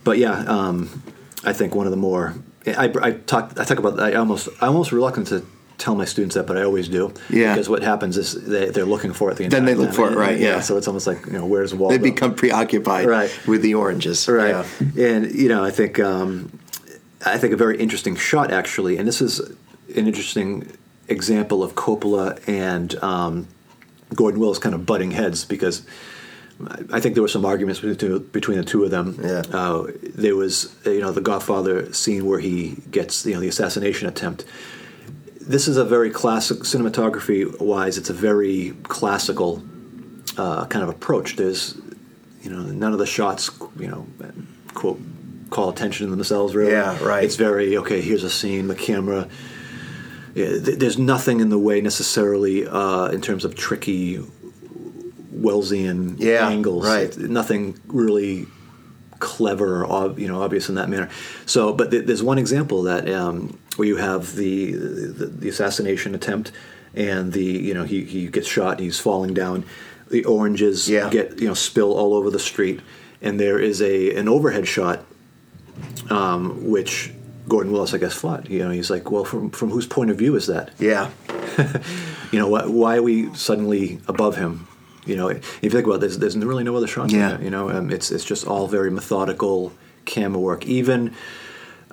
[SPEAKER 1] but yeah, um, I think one of the more I, I talk I talk about I almost I almost reluctant to tell my students that, but I always do.
[SPEAKER 2] Yeah.
[SPEAKER 1] because what happens is they they're looking for it the
[SPEAKER 2] Then they
[SPEAKER 1] entire
[SPEAKER 2] look
[SPEAKER 1] time.
[SPEAKER 2] for it, right, yeah.
[SPEAKER 1] so it's almost like you know where's Waldo?
[SPEAKER 2] They become preoccupied
[SPEAKER 1] Right.
[SPEAKER 2] with the oranges.
[SPEAKER 1] right
[SPEAKER 2] Yeah.
[SPEAKER 1] and you know i think um, i think a very interesting shot actually and this is an interesting example of coppola and um, gordon willis kind of butting heads because I- I think there were some arguments between the two, between the two of them.
[SPEAKER 2] Yeah.
[SPEAKER 1] Uh, there was, you know, the Godfather scene where he gets, you know, the assassination attempt. This is a very classic cinematography-wise. It's a very classical uh, kind of approach. There's, you know, none of the shots, you know, quote, call attention to themselves really.
[SPEAKER 2] Yeah, right.
[SPEAKER 1] It's very okay. Here's a scene. The camera. Yeah, th- there's nothing in the way necessarily uh, in terms of tricky Wellesian
[SPEAKER 2] Yeah,
[SPEAKER 1] angles.
[SPEAKER 2] right.
[SPEAKER 1] It's- Nothing really clever or ob- you know obvious in that manner. So, but th- there's one example that um, where you have the, the the assassination attempt and the you know he he gets shot and he's falling down. The oranges
[SPEAKER 2] Yeah.
[SPEAKER 1] get you know spill all over the street, and there is a an overhead shot um, which. Gordon Willis, I guess, fought. You know, he's like, well, from from whose point of view is that?
[SPEAKER 2] Yeah.
[SPEAKER 1] you know, why, why are we suddenly above him? You know, if you think about this, there's really no other shots.
[SPEAKER 2] Yeah.
[SPEAKER 1] Yeah. you know, um, it's it's just all very methodical camera work. Even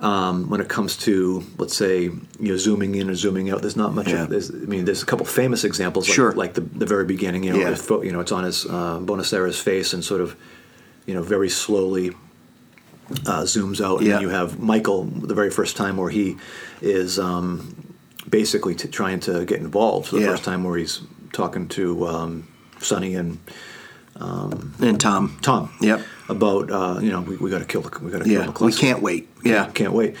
[SPEAKER 1] um, when it comes to, let's say, you know, zooming in or zooming out, there's not much.
[SPEAKER 2] Yeah.
[SPEAKER 1] Of, there's, I mean, there's a couple famous examples, like,
[SPEAKER 2] Sure.
[SPEAKER 1] like the, the very beginning. You know,
[SPEAKER 2] Yeah.
[SPEAKER 1] the fo- you know, it's on his uh, Bonacera's face and sort of, you know, very slowly uh, zooms out, and
[SPEAKER 2] Yeah.
[SPEAKER 1] then you have Michael the very first time where he is um, basically t- trying to get involved for the
[SPEAKER 2] Yeah.
[SPEAKER 1] first time, where he's talking to um, Sonny and um,
[SPEAKER 2] And Tom.
[SPEAKER 1] Tom.
[SPEAKER 2] Yep.
[SPEAKER 1] About uh, you know we, we got to kill the we got to kill
[SPEAKER 2] Yeah.
[SPEAKER 1] McCluskey.
[SPEAKER 2] We can't wait. Yeah.
[SPEAKER 1] can't wait.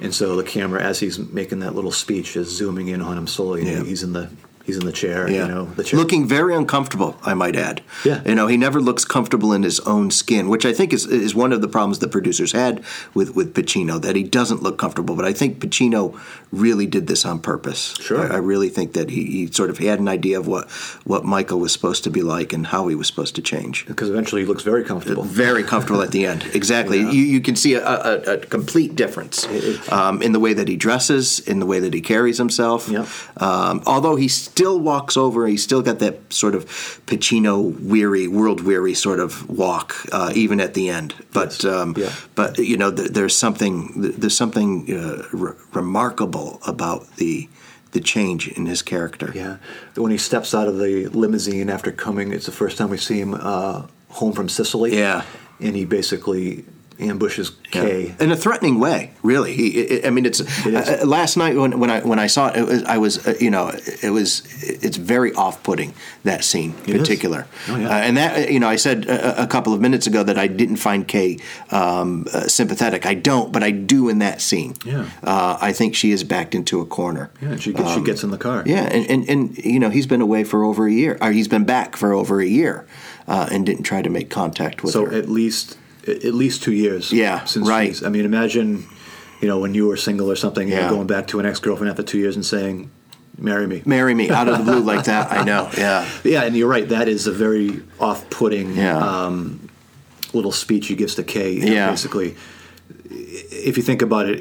[SPEAKER 1] And so the camera, as he's making that little speech, is zooming in on him slowly.
[SPEAKER 2] Yeah.
[SPEAKER 1] And he's in the he's in the chair.
[SPEAKER 2] Yeah.
[SPEAKER 1] You know the chair.
[SPEAKER 2] Looking very uncomfortable, I might add.
[SPEAKER 1] Yeah.
[SPEAKER 2] You know, he never looks comfortable in his own skin, which I think is is one of the problems the producers had with with Pacino that he doesn't look comfortable. But I think Pacino really did this on purpose.
[SPEAKER 1] Sure.
[SPEAKER 2] I, I really think that he, he sort of he had an idea of what what Michael was supposed to be like and how he was supposed to change.
[SPEAKER 1] because eventually he looks very comfortable.
[SPEAKER 2] Very comfortable at the end. Exactly.
[SPEAKER 1] Yeah.
[SPEAKER 2] You, you can see a, a, a complete difference
[SPEAKER 1] it-
[SPEAKER 2] um, in the way that he dresses, in the way that he carries himself.
[SPEAKER 1] Yep.
[SPEAKER 2] Um, although he still walks over, he's still got that sort of Pacino weary, world weary sort of walk, uh, even at the end. But
[SPEAKER 1] Yes.
[SPEAKER 2] um,
[SPEAKER 1] Yeah.
[SPEAKER 2] but you know, th- there's something th- there's something uh, re- remarkable about the the change in his character.
[SPEAKER 1] Yeah. When he steps out of the limousine after coming, it's the first time we see him uh, home from Sicily.
[SPEAKER 2] Yeah.
[SPEAKER 1] And he basically ambushes Kay.
[SPEAKER 2] Yeah. in a threatening way. Really, he, i I I mean, it's uh, uh, last night when, when I when I saw it, it was, I was uh, you know it was it's very off putting that scene in
[SPEAKER 1] is.
[SPEAKER 2] particular,
[SPEAKER 1] Oh, yeah.
[SPEAKER 2] Uh, and that uh, you know I said a, a couple of minutes ago that I didn't find Kay um, uh, sympathetic. I don't, but I do in that scene.
[SPEAKER 1] Yeah.
[SPEAKER 2] uh, I think she is backed into a corner.
[SPEAKER 1] Yeah, she gets, she gets in the car.
[SPEAKER 2] Um, Yeah, and, and, and you know he's been away for over a year, or he's been back for over a year, uh, and didn't try to make contact with
[SPEAKER 1] So
[SPEAKER 2] her.
[SPEAKER 1] at least at at least two years.
[SPEAKER 2] Yeah,
[SPEAKER 1] Since
[SPEAKER 2] right.
[SPEAKER 1] she's- I mean, imagine you know when you were single or something, you know,
[SPEAKER 2] Yeah.
[SPEAKER 1] going back to an ex girlfriend after two years and saying, "Marry me."
[SPEAKER 2] Marry me out of the blue like that. I know. Yeah.
[SPEAKER 1] Yeah, and you're right. That is a very off-putting
[SPEAKER 2] Yeah.
[SPEAKER 1] um, little speech he gives to Kay. you know,
[SPEAKER 2] Yeah.
[SPEAKER 1] Basically, if you think about it,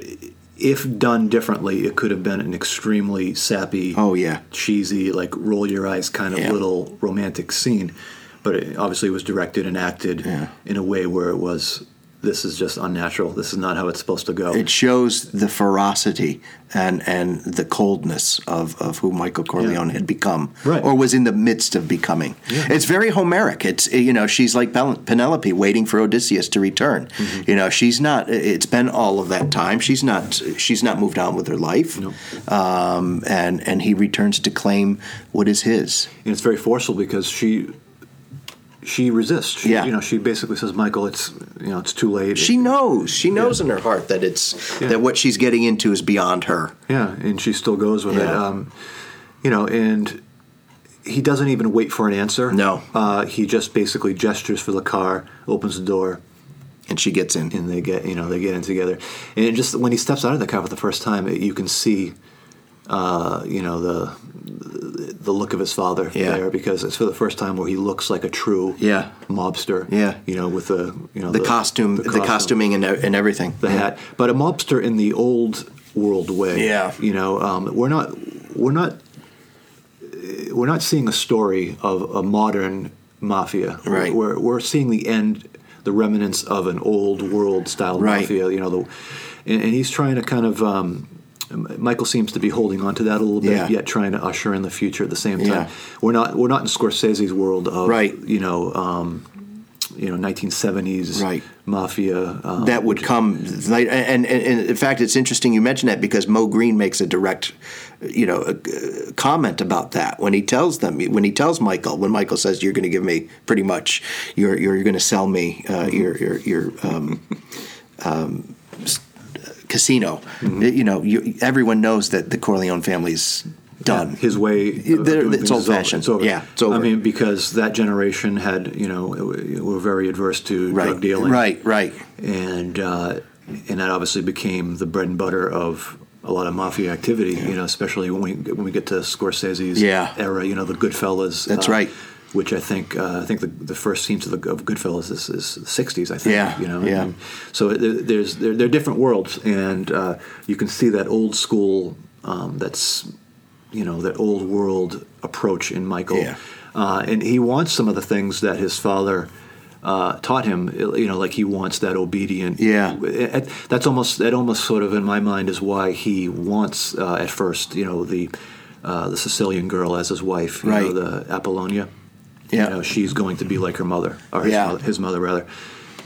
[SPEAKER 1] if done differently, it could have been an extremely sappy,
[SPEAKER 2] Oh, yeah.
[SPEAKER 1] cheesy, like roll your eyes kind of
[SPEAKER 2] Yeah.
[SPEAKER 1] little romantic scene. But it obviously was directed and acted
[SPEAKER 2] Yeah.
[SPEAKER 1] in a way where it was. This is just unnatural. This is not how it's supposed to go.
[SPEAKER 2] it shows the ferocity and and the coldness of, of who Michael Corleone had become,
[SPEAKER 1] Right.
[SPEAKER 2] or was in the midst of becoming. It's very Homeric. It's you know she's like Pel- Penelope waiting for Odysseus to return.
[SPEAKER 1] Mm-hmm.
[SPEAKER 2] You know she's not. It's been all of that time. She's not. She's not moved on with her life. Um, and and he returns to claim what is his.
[SPEAKER 1] and it's very forceful because she she resists. She,
[SPEAKER 2] Yeah.
[SPEAKER 1] you know, she basically says, "Michael, it's you know, it's too late."
[SPEAKER 2] She knows. She knows in her heart that it's
[SPEAKER 1] Yeah.
[SPEAKER 2] that what she's getting into is beyond her.
[SPEAKER 1] yeah, and she still goes with it.
[SPEAKER 2] Yeah.
[SPEAKER 1] Um, you know, and he doesn't even wait for an answer.
[SPEAKER 2] No.
[SPEAKER 1] uh, he just basically gestures for the car, opens the door,
[SPEAKER 2] And she gets in.
[SPEAKER 1] and they get you know they get in together. And it just when he steps out of the car for the first time, it, you can see. Uh, you know the the look of his father
[SPEAKER 2] Yeah.
[SPEAKER 1] there because it's for the first time where he looks like a true
[SPEAKER 2] Yeah.
[SPEAKER 1] mobster.
[SPEAKER 2] Yeah.
[SPEAKER 1] you know with the you know
[SPEAKER 2] The, costume, the, costuming, and, e, and everything.
[SPEAKER 1] the
[SPEAKER 2] Yeah.
[SPEAKER 1] hat, but a mobster in the old world way.
[SPEAKER 2] Yeah.
[SPEAKER 1] you know, um, we're not we're not eh, we're not seeing a story of a modern mafia.
[SPEAKER 2] Right.
[SPEAKER 1] We're we're seeing the end, the remnants of an old world style
[SPEAKER 2] Right.
[SPEAKER 1] mafia. You know, the and, and he's trying to kind of. Um, Michael seems to be holding on to that a little bit,
[SPEAKER 2] Yeah.
[SPEAKER 1] yet trying to usher in the future at the same time.
[SPEAKER 2] Yeah.
[SPEAKER 1] We're not we're not in Scorsese's world of
[SPEAKER 2] Right.
[SPEAKER 1] you know um, you know 1970s
[SPEAKER 2] Right.
[SPEAKER 1] mafia um,
[SPEAKER 2] that would come like, and, and, and in fact it's interesting you mention that because mo green makes a direct you know uh, comment about that when he tells them when he tells michael when michael says you're going to give me pretty much you're you're, you're going to sell me uh,
[SPEAKER 1] Mm-hmm.
[SPEAKER 2] your your your um, s- uh, casino
[SPEAKER 1] Mm-hmm.
[SPEAKER 2] you know you, everyone knows that the corleone family's done
[SPEAKER 1] his way. of
[SPEAKER 2] They're-
[SPEAKER 1] doing
[SPEAKER 2] it's
[SPEAKER 1] things is over.
[SPEAKER 2] old-fashioned.
[SPEAKER 1] It's over.
[SPEAKER 2] Yeah, it's over.
[SPEAKER 1] I mean, because that generation had, you know, were very adverse to
[SPEAKER 2] right
[SPEAKER 1] drug dealing,
[SPEAKER 2] right right
[SPEAKER 1] and uh, and that obviously became the bread and butter of a lot of mafia activity. You know, especially when we when we get to Scorsese's
[SPEAKER 2] Yeah.
[SPEAKER 1] era. You know, the Goodfellas. uh,
[SPEAKER 2] That's right.
[SPEAKER 1] Which I think uh, I think the, the first scenes of, the, of Goodfellas is, is the '60s. I think.
[SPEAKER 2] Yeah,
[SPEAKER 1] You know.
[SPEAKER 2] yeah.
[SPEAKER 1] And so there- there's there, there are different worlds, and uh, you can see that old school. Um, that's you know that old world approach in Michael,
[SPEAKER 2] Yeah.
[SPEAKER 1] uh, and he wants some of the things that his father uh, taught him. You know, like he wants that obedient.
[SPEAKER 2] Yeah.
[SPEAKER 1] It- that's almost that almost sort of in my mind is why he wants uh, at first. You know the. Uh, the Sicilian girl as his wife, you know,
[SPEAKER 2] Right.
[SPEAKER 1] the Apollonia.
[SPEAKER 2] yeah
[SPEAKER 1] You know, she's going to be like her mother, or his,
[SPEAKER 2] Yeah.
[SPEAKER 1] mother, his mother rather.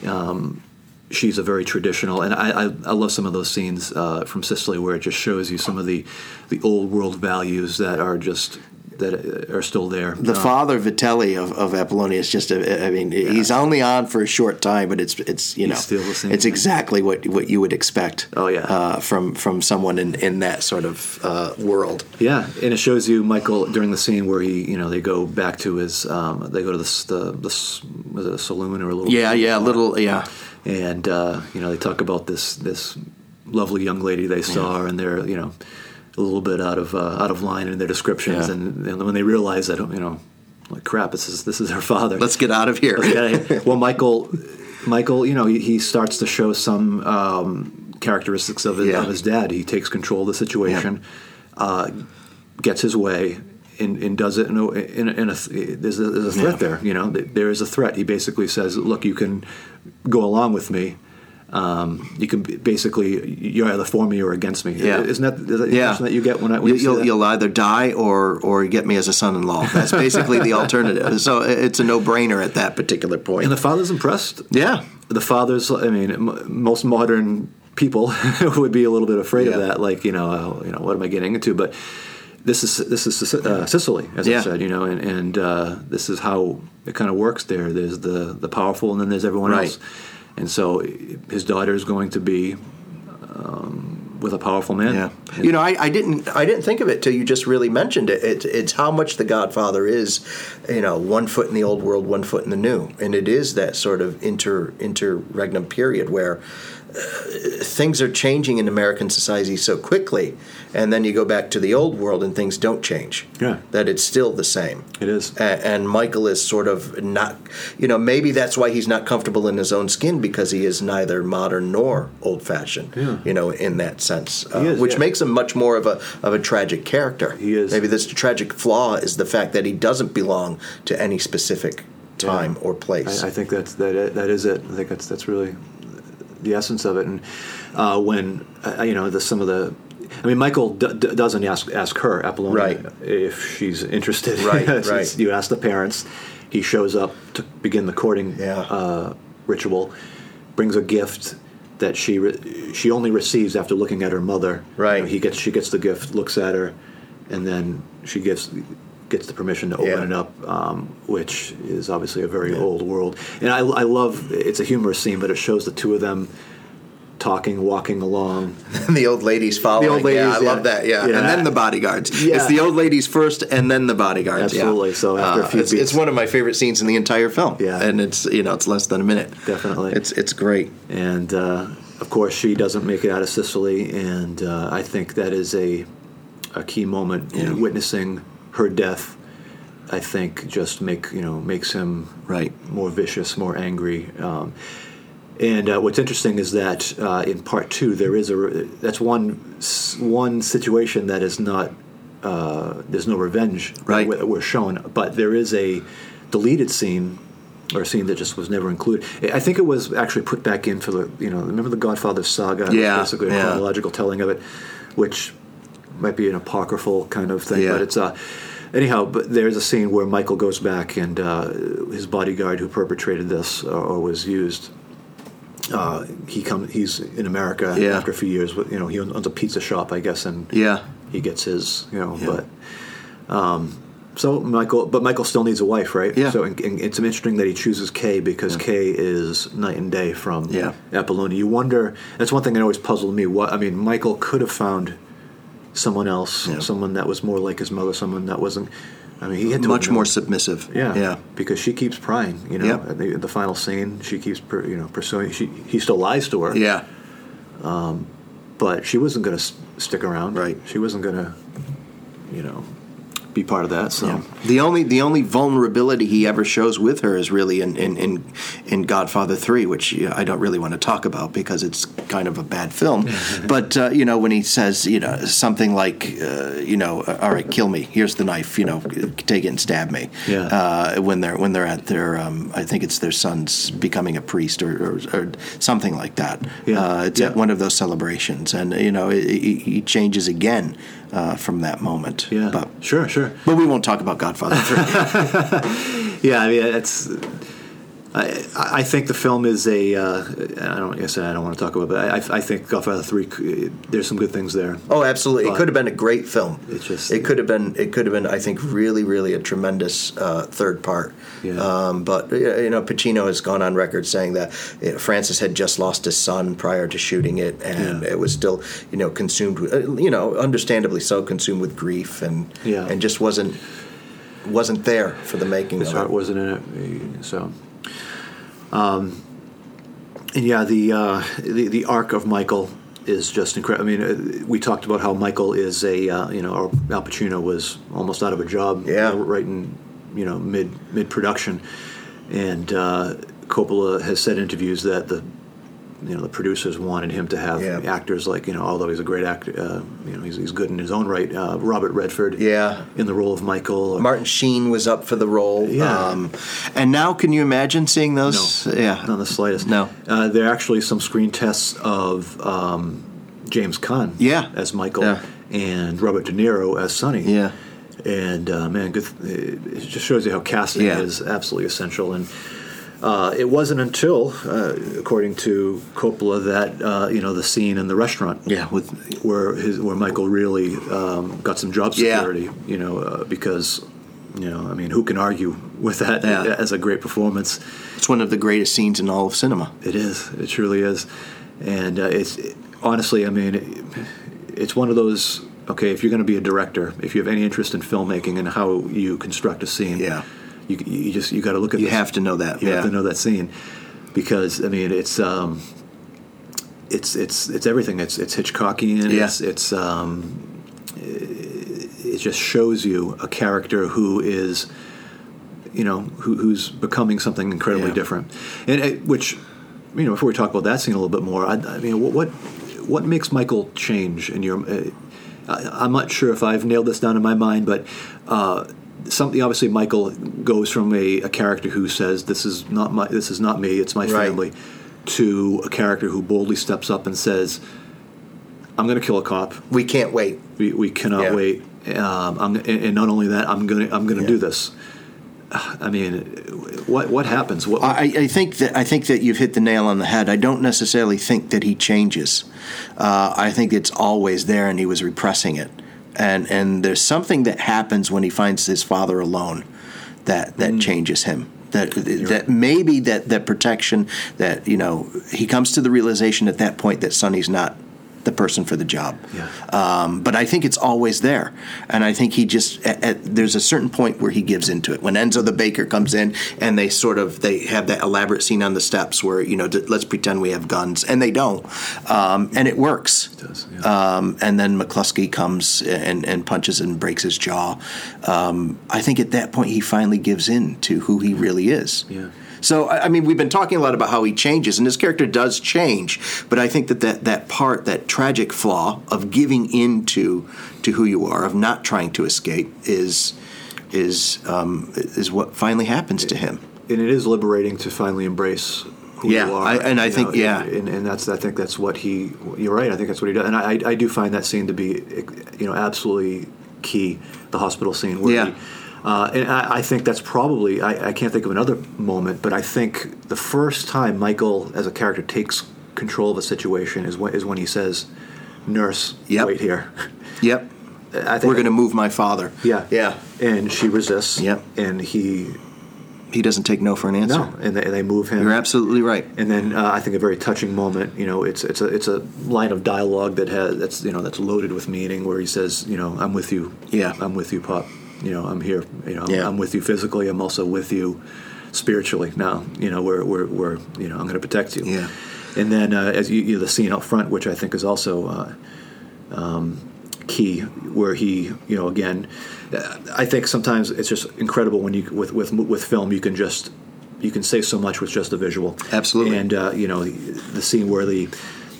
[SPEAKER 1] Um, she's a very traditional, and I, I, I love some of those scenes uh, from Sicily where it just shows you some of the the old world values that are just that are still there.
[SPEAKER 2] The father Vitelli of, of Apollonia is just a, I mean he's only on for a short time, but it's it's you know
[SPEAKER 1] still the same
[SPEAKER 2] it's
[SPEAKER 1] guy.
[SPEAKER 2] exactly what what you would expect.
[SPEAKER 1] Oh, yeah.
[SPEAKER 2] uh, from from someone in in that sort of uh, world.
[SPEAKER 1] Yeah, and it shows you Michael during the scene where he, you know, they go back to his, um, they go to the s- the, the s- was it a saloon or a little
[SPEAKER 2] Yeah, yeah, little yeah.
[SPEAKER 1] and uh, you know they talk about this this lovely young lady they saw, and they're you know a little bit out of uh, out of line in their descriptions,
[SPEAKER 2] Yeah.
[SPEAKER 1] and, and when they realize that you know like crap, this is this is her father.
[SPEAKER 2] Let's get out of here.
[SPEAKER 1] Yeah, (laughs) well, Michael, Michael, you know, he, he starts to show some um, characteristics of his,
[SPEAKER 2] Yeah.
[SPEAKER 1] of his dad. He takes control of the situation, uh, gets his way, and, and does it. In a, in a, in a th- there's a, there's a threat
[SPEAKER 2] Yeah.
[SPEAKER 1] there. You know, Th- there is a threat. He basically says, "Look, you can go along with me." Um, you can b- basically you're either for me or against me.
[SPEAKER 2] Yeah.
[SPEAKER 1] Isn't that, is that the
[SPEAKER 2] Yeah.
[SPEAKER 1] impression that you get when I when
[SPEAKER 2] You,
[SPEAKER 1] you see
[SPEAKER 2] you'll,
[SPEAKER 1] that?
[SPEAKER 2] you'll either die or or get me as a son-in-law. That's basically (laughs) the alternative. So it- it's a no-brainer at that particular point.
[SPEAKER 1] and the father's impressed.
[SPEAKER 2] yeah,
[SPEAKER 1] the fathers i mean m- most modern people (laughs) would be a little bit afraid of
[SPEAKER 2] Yeah.
[SPEAKER 1] that like you know uh, you know what am i getting into but this is this is Sic- uh, Sicily, as I
[SPEAKER 2] Yeah.
[SPEAKER 1] said, you know, and, and uh, this is how it kind of works there. There's the, the powerful, and then there's everyone
[SPEAKER 2] Right.
[SPEAKER 1] else. And so his daughter is going to be um, with a powerful man.
[SPEAKER 2] yeah. You know, I, I didn't I didn't think of it till you just really mentioned it. it. It's how much The Godfather is, you know, one foot in the old world, one foot in the new, and it is that sort of inter interregnum period where uh, things are changing in American society so quickly, and then you go back to the old world and things don't change.
[SPEAKER 1] Yeah.
[SPEAKER 2] that it's still the same.
[SPEAKER 1] It is.
[SPEAKER 2] A- and Michael is sort of not, you know, maybe that's why he's not comfortable in his own skin because he is neither modern nor old-fashioned.
[SPEAKER 1] Yeah.
[SPEAKER 2] you know, in that sense, uh,
[SPEAKER 1] He is,
[SPEAKER 2] which
[SPEAKER 1] yeah.
[SPEAKER 2] makes him much more of a of a tragic character.
[SPEAKER 1] He is.
[SPEAKER 2] Maybe this tragic flaw is the fact that he doesn't belong to any specific time or place.
[SPEAKER 1] I, I think that's that. i- That is it. I think that's that's really the essence of it. And uh, when uh, you know the some of the, I mean, Michael d- d- doesn't ask ask her Apollonia
[SPEAKER 2] Right.
[SPEAKER 1] if she's interested.
[SPEAKER 2] Right,
[SPEAKER 1] (laughs) It's-
[SPEAKER 2] right.
[SPEAKER 1] it's- You ask the parents. He shows up to begin the courting
[SPEAKER 2] Yeah.
[SPEAKER 1] uh, ritual. Brings a gift that she re- she only receives after looking at her mother.
[SPEAKER 2] Right.
[SPEAKER 1] You know, he gets she gets the gift, looks at her, and then she gives gets the permission to open
[SPEAKER 2] Yeah.
[SPEAKER 1] it up um, which is obviously a very old world. And I, I love it's a humorous scene, but it shows the two of them talking, walking along.
[SPEAKER 2] And the old ladies following. yeah, I
[SPEAKER 1] ladies,
[SPEAKER 2] love
[SPEAKER 1] yeah.
[SPEAKER 2] that. Yeah.
[SPEAKER 1] Yeah.
[SPEAKER 2] and then the bodyguards.
[SPEAKER 1] Yeah.
[SPEAKER 2] It's the old ladies first, and then the bodyguards. yeah.
[SPEAKER 1] Absolutely. So after a
[SPEAKER 2] Uh,
[SPEAKER 1] few
[SPEAKER 2] it's, it's
[SPEAKER 1] beats-
[SPEAKER 2] one of my favorite scenes in the entire film.
[SPEAKER 1] Yeah.
[SPEAKER 2] and it's you know it's less than a minute.
[SPEAKER 1] Definitely.
[SPEAKER 2] it's it's great.
[SPEAKER 1] And uh, of course, she doesn't make it out of Sicily, and uh, I think that is a a key moment
[SPEAKER 2] Yeah.
[SPEAKER 1] in witnessing her death. I think just make you know makes him
[SPEAKER 2] Right.
[SPEAKER 1] more vicious, more angry. Um, and uh, what's interesting is that uh, in part two, there is a re- that's one s- one situation that is not uh, there's no revenge
[SPEAKER 2] Right.
[SPEAKER 1] that we're shown, but there is a deleted scene or a scene that just was never included. I I think it was actually put back in for the you know remember the Godfather saga, It's
[SPEAKER 2] Yeah,
[SPEAKER 1] basically a
[SPEAKER 2] yeah.
[SPEAKER 1] chronological telling of it, which might be an apocryphal kind of thing,
[SPEAKER 2] Yeah.
[SPEAKER 1] but it's uh anyhow. But there's a scene where Michael goes back and uh, his bodyguard who perpetrated this uh, or, or was used. Uh, he comes. He's in America
[SPEAKER 2] Yeah.
[SPEAKER 1] after a few years. with- You know, he owns a pizza shop, I guess, and
[SPEAKER 2] Yeah,
[SPEAKER 1] he gets his. You know,
[SPEAKER 2] Yeah.
[SPEAKER 1] but um, so Michael, but Michael still needs a wife, right?
[SPEAKER 2] Yeah.
[SPEAKER 1] So and, and it's interesting that he chooses Kay because Kay is night and day from
[SPEAKER 2] Yeah.
[SPEAKER 1] Apollonia. You wonder. That's one thing that always puzzled me. What I mean, Michael could have found someone else,
[SPEAKER 2] Yeah.
[SPEAKER 1] someone that was more like his mother, someone that wasn't. I mean, he had to have
[SPEAKER 2] much
[SPEAKER 1] known-
[SPEAKER 2] more submissive.
[SPEAKER 1] yeah,
[SPEAKER 2] yeah.
[SPEAKER 1] Because she keeps prying, you know.
[SPEAKER 2] Yep.
[SPEAKER 1] At the, the final scene, she keeps per, you know pursuing. She he still lies to her.
[SPEAKER 2] Yeah,
[SPEAKER 1] But she wasn't going to s- stick around.
[SPEAKER 2] Right.
[SPEAKER 1] She wasn't going to, you know, be part of that. So
[SPEAKER 2] the only the only vulnerability he ever shows with her is really in in in, in Godfather Three, which you know, I don't really want to talk about because it's kind of a bad
[SPEAKER 1] (laughs)
[SPEAKER 2] film. but uh, you know when he says you know something like uh, you know all right kill me here's the knife you know take it and stab me
[SPEAKER 1] Yeah.
[SPEAKER 2] uh, when they're when they're at their um, I think it's their son's becoming a priest or or, or something like that.
[SPEAKER 1] Yeah.
[SPEAKER 2] Uh, it's at
[SPEAKER 1] Yeah.
[SPEAKER 2] one of those celebrations and you know it, it, he changes again uh, from that moment.
[SPEAKER 1] yeah,
[SPEAKER 2] But,
[SPEAKER 1] sure, sure.
[SPEAKER 2] but we won't talk about Godfather 3.
[SPEAKER 1] Yeah, I mean, it's I, I think the film is a. Uh, I don't. Like I said I don't want to talk about, it, but I, I think Godfather Three. c- There's some good things there.
[SPEAKER 2] (laughs) Oh, absolutely!
[SPEAKER 1] But-
[SPEAKER 2] it could have been a great film.
[SPEAKER 1] It just-
[SPEAKER 2] it could have been it could have been I think really really a tremendous uh, third part.
[SPEAKER 1] Yeah.
[SPEAKER 2] Um, but yeah, you know, Pacino has gone on record saying that you know, Francis had just lost his son prior to shooting it, and
[SPEAKER 1] Yeah.
[SPEAKER 2] it was still you know consumed with uh, you know understandably so consumed with grief and
[SPEAKER 1] Yeah.
[SPEAKER 2] and just wasn't wasn't there for the making
[SPEAKER 1] His
[SPEAKER 2] of
[SPEAKER 1] heart
[SPEAKER 2] it.
[SPEAKER 1] wasn't in it, so. Um, and yeah, the, uh, the the arc of Michael is just incredible. I mean, uh, we talked about how Michael is a uh, you know, or Al Pacino was almost out of a job.
[SPEAKER 2] Yeah.
[SPEAKER 1] you know, right in you know mid mid production, and uh, Coppola has said in interviews that the you know the producers wanted him to have
[SPEAKER 2] Yeah.
[SPEAKER 1] actors like you know although he's a great actor uh, you know he's, he's good in his own right uh, Robert Redford
[SPEAKER 2] Yeah.
[SPEAKER 1] in the role of Michael uh, or-
[SPEAKER 2] Martin Sheen was up for the role. Um,
[SPEAKER 1] Yeah.
[SPEAKER 2] and now can you imagine seeing those?
[SPEAKER 1] No.
[SPEAKER 2] Yeah.
[SPEAKER 1] Not in the slightest.
[SPEAKER 2] No.
[SPEAKER 1] Uh, there are actually some screen tests of um, James Caan
[SPEAKER 2] Yeah.
[SPEAKER 1] as Michael
[SPEAKER 2] Yeah.
[SPEAKER 1] and Robert De Niro as Sonny.
[SPEAKER 2] Yeah.
[SPEAKER 1] And uh, man, good it just shows you how casting
[SPEAKER 2] Yeah.
[SPEAKER 1] is absolutely essential. And uh, it wasn't until, uh, according to Coppola, that uh, you know the scene in the restaurant
[SPEAKER 2] Yeah, with
[SPEAKER 1] where his where Michael really um, got some job
[SPEAKER 2] Yeah.
[SPEAKER 1] security. You know, uh, because you know, I mean, who can argue with that
[SPEAKER 2] Yeah.
[SPEAKER 1] as a great performance?
[SPEAKER 2] It's one of the greatest scenes in all of cinema.
[SPEAKER 1] It is. It truly is. And uh, it's honestly, I mean, it, it's one of those. Okay, if you're going to be a director, if you have any interest in filmmaking and how you construct a scene,
[SPEAKER 2] Yeah.
[SPEAKER 1] you, you just you got to look at
[SPEAKER 2] You
[SPEAKER 1] this.
[SPEAKER 2] have to know that.
[SPEAKER 1] you
[SPEAKER 2] yeah.
[SPEAKER 1] have to know that scene because I mean it's um, it's it's it's everything. It's it's Hitchcockian.
[SPEAKER 2] Yeah.
[SPEAKER 1] It's it's um, it just shows you a character who is you know who, who's becoming something incredibly
[SPEAKER 2] Yeah.
[SPEAKER 1] different, and it, which you know before we talk about that scene a little bit more, I, I mean what, what what makes Michael change in your? Uh, I, I'm not sure if I've nailed this down in my mind, but. Uh, Something obviously, Michael goes from a, a character who says, "This is not my, this is not me, it's my
[SPEAKER 2] Right.
[SPEAKER 1] family," to a character who boldly steps up and says, "I'm going to kill a cop.
[SPEAKER 2] We can't wait.
[SPEAKER 1] We, we cannot
[SPEAKER 2] Yeah.
[SPEAKER 1] wait. Um, I'm, and, and not only that, I'm gonna I'm gonna
[SPEAKER 2] Yeah.
[SPEAKER 1] do this. I mean, what what happens? What
[SPEAKER 2] I, I think that I think that you've hit the nail on the head. I don't necessarily think that he changes. Uh, I think it's always there, and he was repressing it. And and there's something that happens when he finds his father alone that
[SPEAKER 1] Mm.
[SPEAKER 2] that changes him. That that maybe that that protection that you know he comes to the realization at that point that Sonny's not the person for the job.
[SPEAKER 1] Yeah.
[SPEAKER 2] Um, but I think it's always there, and I think he just at, at, there's a certain point where he gives into it. When Enzo the baker comes in, and they sort of they have that elaborate scene on the steps where you know d- let's pretend we have guns, and they don't, um, and it works.
[SPEAKER 1] does,
[SPEAKER 2] Um, and then McCluskey comes and, and punches and breaks his jaw. Um, I think at that point he finally gives in to who he really is.
[SPEAKER 1] Yeah.
[SPEAKER 2] So I I mean, we've been talking a lot about how he changes, and his character does change. But I think that that, that part, that tragic flaw of giving in to to who you are, of not trying to escape, is is um, is what finally happens to him.
[SPEAKER 1] and it is liberating to finally embrace who
[SPEAKER 2] Yeah,
[SPEAKER 1] you are.
[SPEAKER 2] I- and I
[SPEAKER 1] you
[SPEAKER 2] think- yeah.
[SPEAKER 1] and, and that's I think that's what he. You're right. I think that's what he does, and I, I- I do find that scene to be, you know, absolutely key. The hospital scene where
[SPEAKER 2] Yeah.
[SPEAKER 1] he. Uh, and I, I think that's probably I, I can't think of another moment, but I think the first time Michael as a character takes control of a situation is when is when he says, "Nurse,
[SPEAKER 2] Yep.
[SPEAKER 1] wait here."
[SPEAKER 2] Yep.
[SPEAKER 1] I think,
[SPEAKER 2] We're going to move my father.
[SPEAKER 1] yeah
[SPEAKER 2] Yeah.
[SPEAKER 1] and she resists
[SPEAKER 2] Yep.
[SPEAKER 1] and he
[SPEAKER 2] He doesn't take no for an answer.
[SPEAKER 1] no and they, and they move him
[SPEAKER 2] You're absolutely right.
[SPEAKER 1] and then uh, I think a very touching moment. You know, it's it's a it's a line of dialogue that has that's you know that's loaded with meaning, where he says, you know, I'm with you.
[SPEAKER 2] Yeah.
[SPEAKER 1] I'm with you, pop. You know, I'm here. You know,
[SPEAKER 2] Yeah.
[SPEAKER 1] I'm with you physically. I'm also with you spiritually now. You know, we're we're, we're you know I'm going to protect you.
[SPEAKER 2] Yeah.
[SPEAKER 1] And then uh, as you, you know, the scene out front, which I think is also. Uh, um, key where he you know again uh, i think sometimes it's just incredible when you with with with film you can just you can say so much with just a visual
[SPEAKER 2] Absolutely.
[SPEAKER 1] and uh, you know the scene where the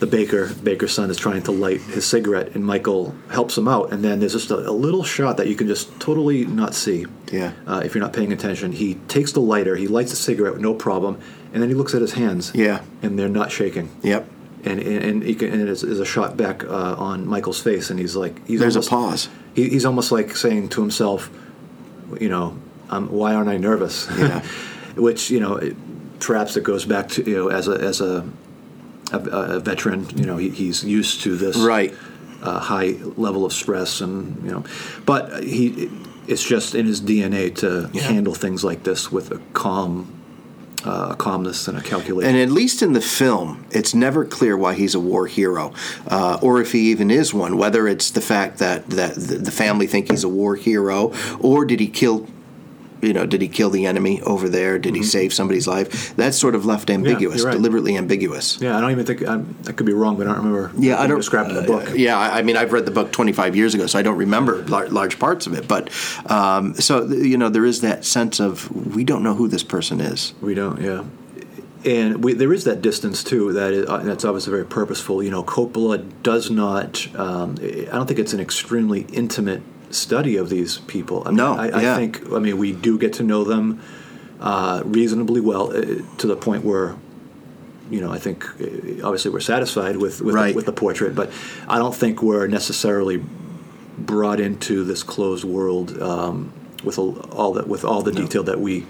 [SPEAKER 1] the baker baker's son is trying to light his cigarette and michael helps him out and then there's just a, a little shot that you can just totally not see
[SPEAKER 2] Yeah.
[SPEAKER 1] uh, if you're not paying attention he takes the lighter he lights the cigarette with no problem and then he looks at his hands
[SPEAKER 2] Yeah.
[SPEAKER 1] and they're not shaking
[SPEAKER 2] Yep.
[SPEAKER 1] and and, and, he can, and it's, it's a shot back uh, on michael's face and he's like he's
[SPEAKER 2] There's a
[SPEAKER 1] almost-
[SPEAKER 2] pause.
[SPEAKER 1] he, he's almost like saying to himself, you know, um, why aren't I nervous?
[SPEAKER 2] Yeah.
[SPEAKER 1] (laughs) Which you know, it- Traps that goes back to you know as a as a a, a veteran. You know, he, he's used to this
[SPEAKER 2] (laughs) Right.
[SPEAKER 1] uh, high level of stress, and you know, but he it's just in his DNA to
[SPEAKER 2] Yeah.
[SPEAKER 1] handle things like this with a calm, uh, a calmness and a calculation.
[SPEAKER 2] And at least in the film, it's never clear why he's a war hero, uh, or if he even is one. Whether it's the fact that that the the family think he's a war hero, or did he kill, you know, did he kill the enemy over there? Did he save somebody's life? That's sort of left ambiguous,
[SPEAKER 1] you're right.
[SPEAKER 2] deliberately ambiguous.
[SPEAKER 1] yeah, I don't even think I'm, I could be wrong, but I don't remember.
[SPEAKER 2] Yeah, I
[SPEAKER 1] being
[SPEAKER 2] don't.
[SPEAKER 1] described in the
[SPEAKER 2] uh,
[SPEAKER 1] book.
[SPEAKER 2] yeah, I I mean, I've read the book 25 years ago, so I don't remember lar- large parts of it. But um, so you know, there is that sense of we don't know who this person is.
[SPEAKER 1] We don't, yeah. And we, there is that distance too. That is, uh, that's obviously very purposeful. You know, Coppola does not. Um, I don't think it's an extremely intimate study of these people. I mean,
[SPEAKER 2] No,
[SPEAKER 1] I, I
[SPEAKER 2] yeah.
[SPEAKER 1] think. I mean, we do get to know them uh, reasonably well uh, to the point where. You know, I think uh, obviously we're satisfied with with,
[SPEAKER 2] Right.
[SPEAKER 1] with the portrait, but I don't think we're necessarily brought into this closed world um, with all, all that with all the detail that we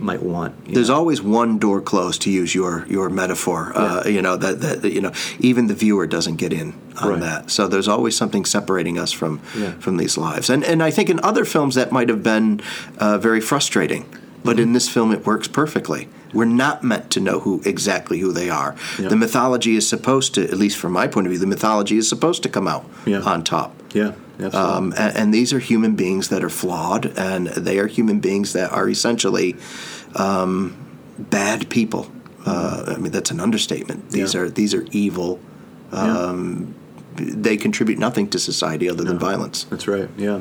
[SPEAKER 1] might want. you
[SPEAKER 2] There's always one door closed, to use your your metaphor. Uh, you know that, that that, you know even the viewer doesn't get in on
[SPEAKER 1] Right.
[SPEAKER 2] that. So there's always something separating us from
[SPEAKER 1] Yeah.
[SPEAKER 2] from these lives. And and I think in other films that might have been uh, very frustrating, but
[SPEAKER 1] Mm-hmm.
[SPEAKER 2] in this film it works perfectly. We're not meant to know who exactly who they are.
[SPEAKER 1] Yeah.
[SPEAKER 2] The mythology is supposed to, at least from my point of view, the mythology is supposed to come out
[SPEAKER 1] Yeah.
[SPEAKER 2] on top.
[SPEAKER 1] Yeah, absolutely.
[SPEAKER 2] Um, a- and, these are human beings that are flawed, and they are human beings that are essentially um, bad people. Uh, I mean, that's an understatement. These
[SPEAKER 1] Yeah.
[SPEAKER 2] are these are evil.
[SPEAKER 1] um,
[SPEAKER 2] They contribute nothing to society other than violence.
[SPEAKER 1] that's right. Yeah,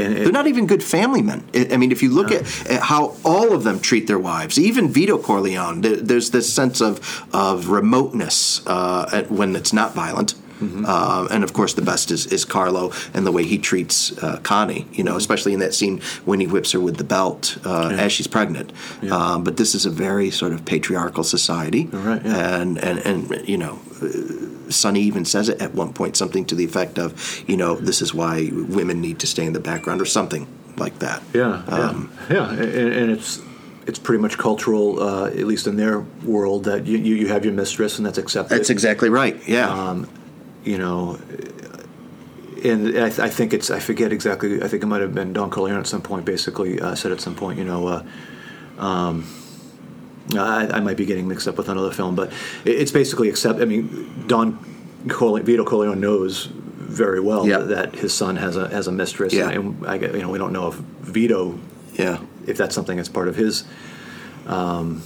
[SPEAKER 1] and
[SPEAKER 2] They're
[SPEAKER 1] it,
[SPEAKER 2] not even good family men. I I mean, if you look at, at how all of them treat their wives, even Vito Corleone, there, there's this sense of of remoteness uh, at- when it's not violent.
[SPEAKER 1] Mm-hmm.
[SPEAKER 2] Uh, and of course, the best is, is Carlo and the way he treats uh, Connie. You
[SPEAKER 1] Mm-hmm.
[SPEAKER 2] know, especially in that scene when he whips her with the belt uh, as she's pregnant. Um, but this is a very sort of patriarchal society,
[SPEAKER 1] right, yeah.
[SPEAKER 2] and and and you know, Sonny even says it at one point, something to the effect of, you know, this is why women need to stay in the background or something like that.
[SPEAKER 1] yeah,
[SPEAKER 2] Um,
[SPEAKER 1] yeah, yeah, and, and it's it's pretty much cultural, uh, at least in their world, that you, you you have your mistress and that's accepted.
[SPEAKER 2] That's exactly right. Yeah.
[SPEAKER 1] Um,
[SPEAKER 2] Um,
[SPEAKER 1] you know. And I, th- I think it's I forget exactly I think it might have been Don Corleone at some point basically uh, said at some point you know uh, um, I, I might be getting mixed up with another film but it, it's basically accept I mean Don Corleone, Vito Corleone knows very well
[SPEAKER 2] Yeah.
[SPEAKER 1] that his son has a has a mistress
[SPEAKER 2] Yeah.
[SPEAKER 1] and I get- you know we don't know if Vito
[SPEAKER 2] yeah.
[SPEAKER 1] if that's something that's part of his um,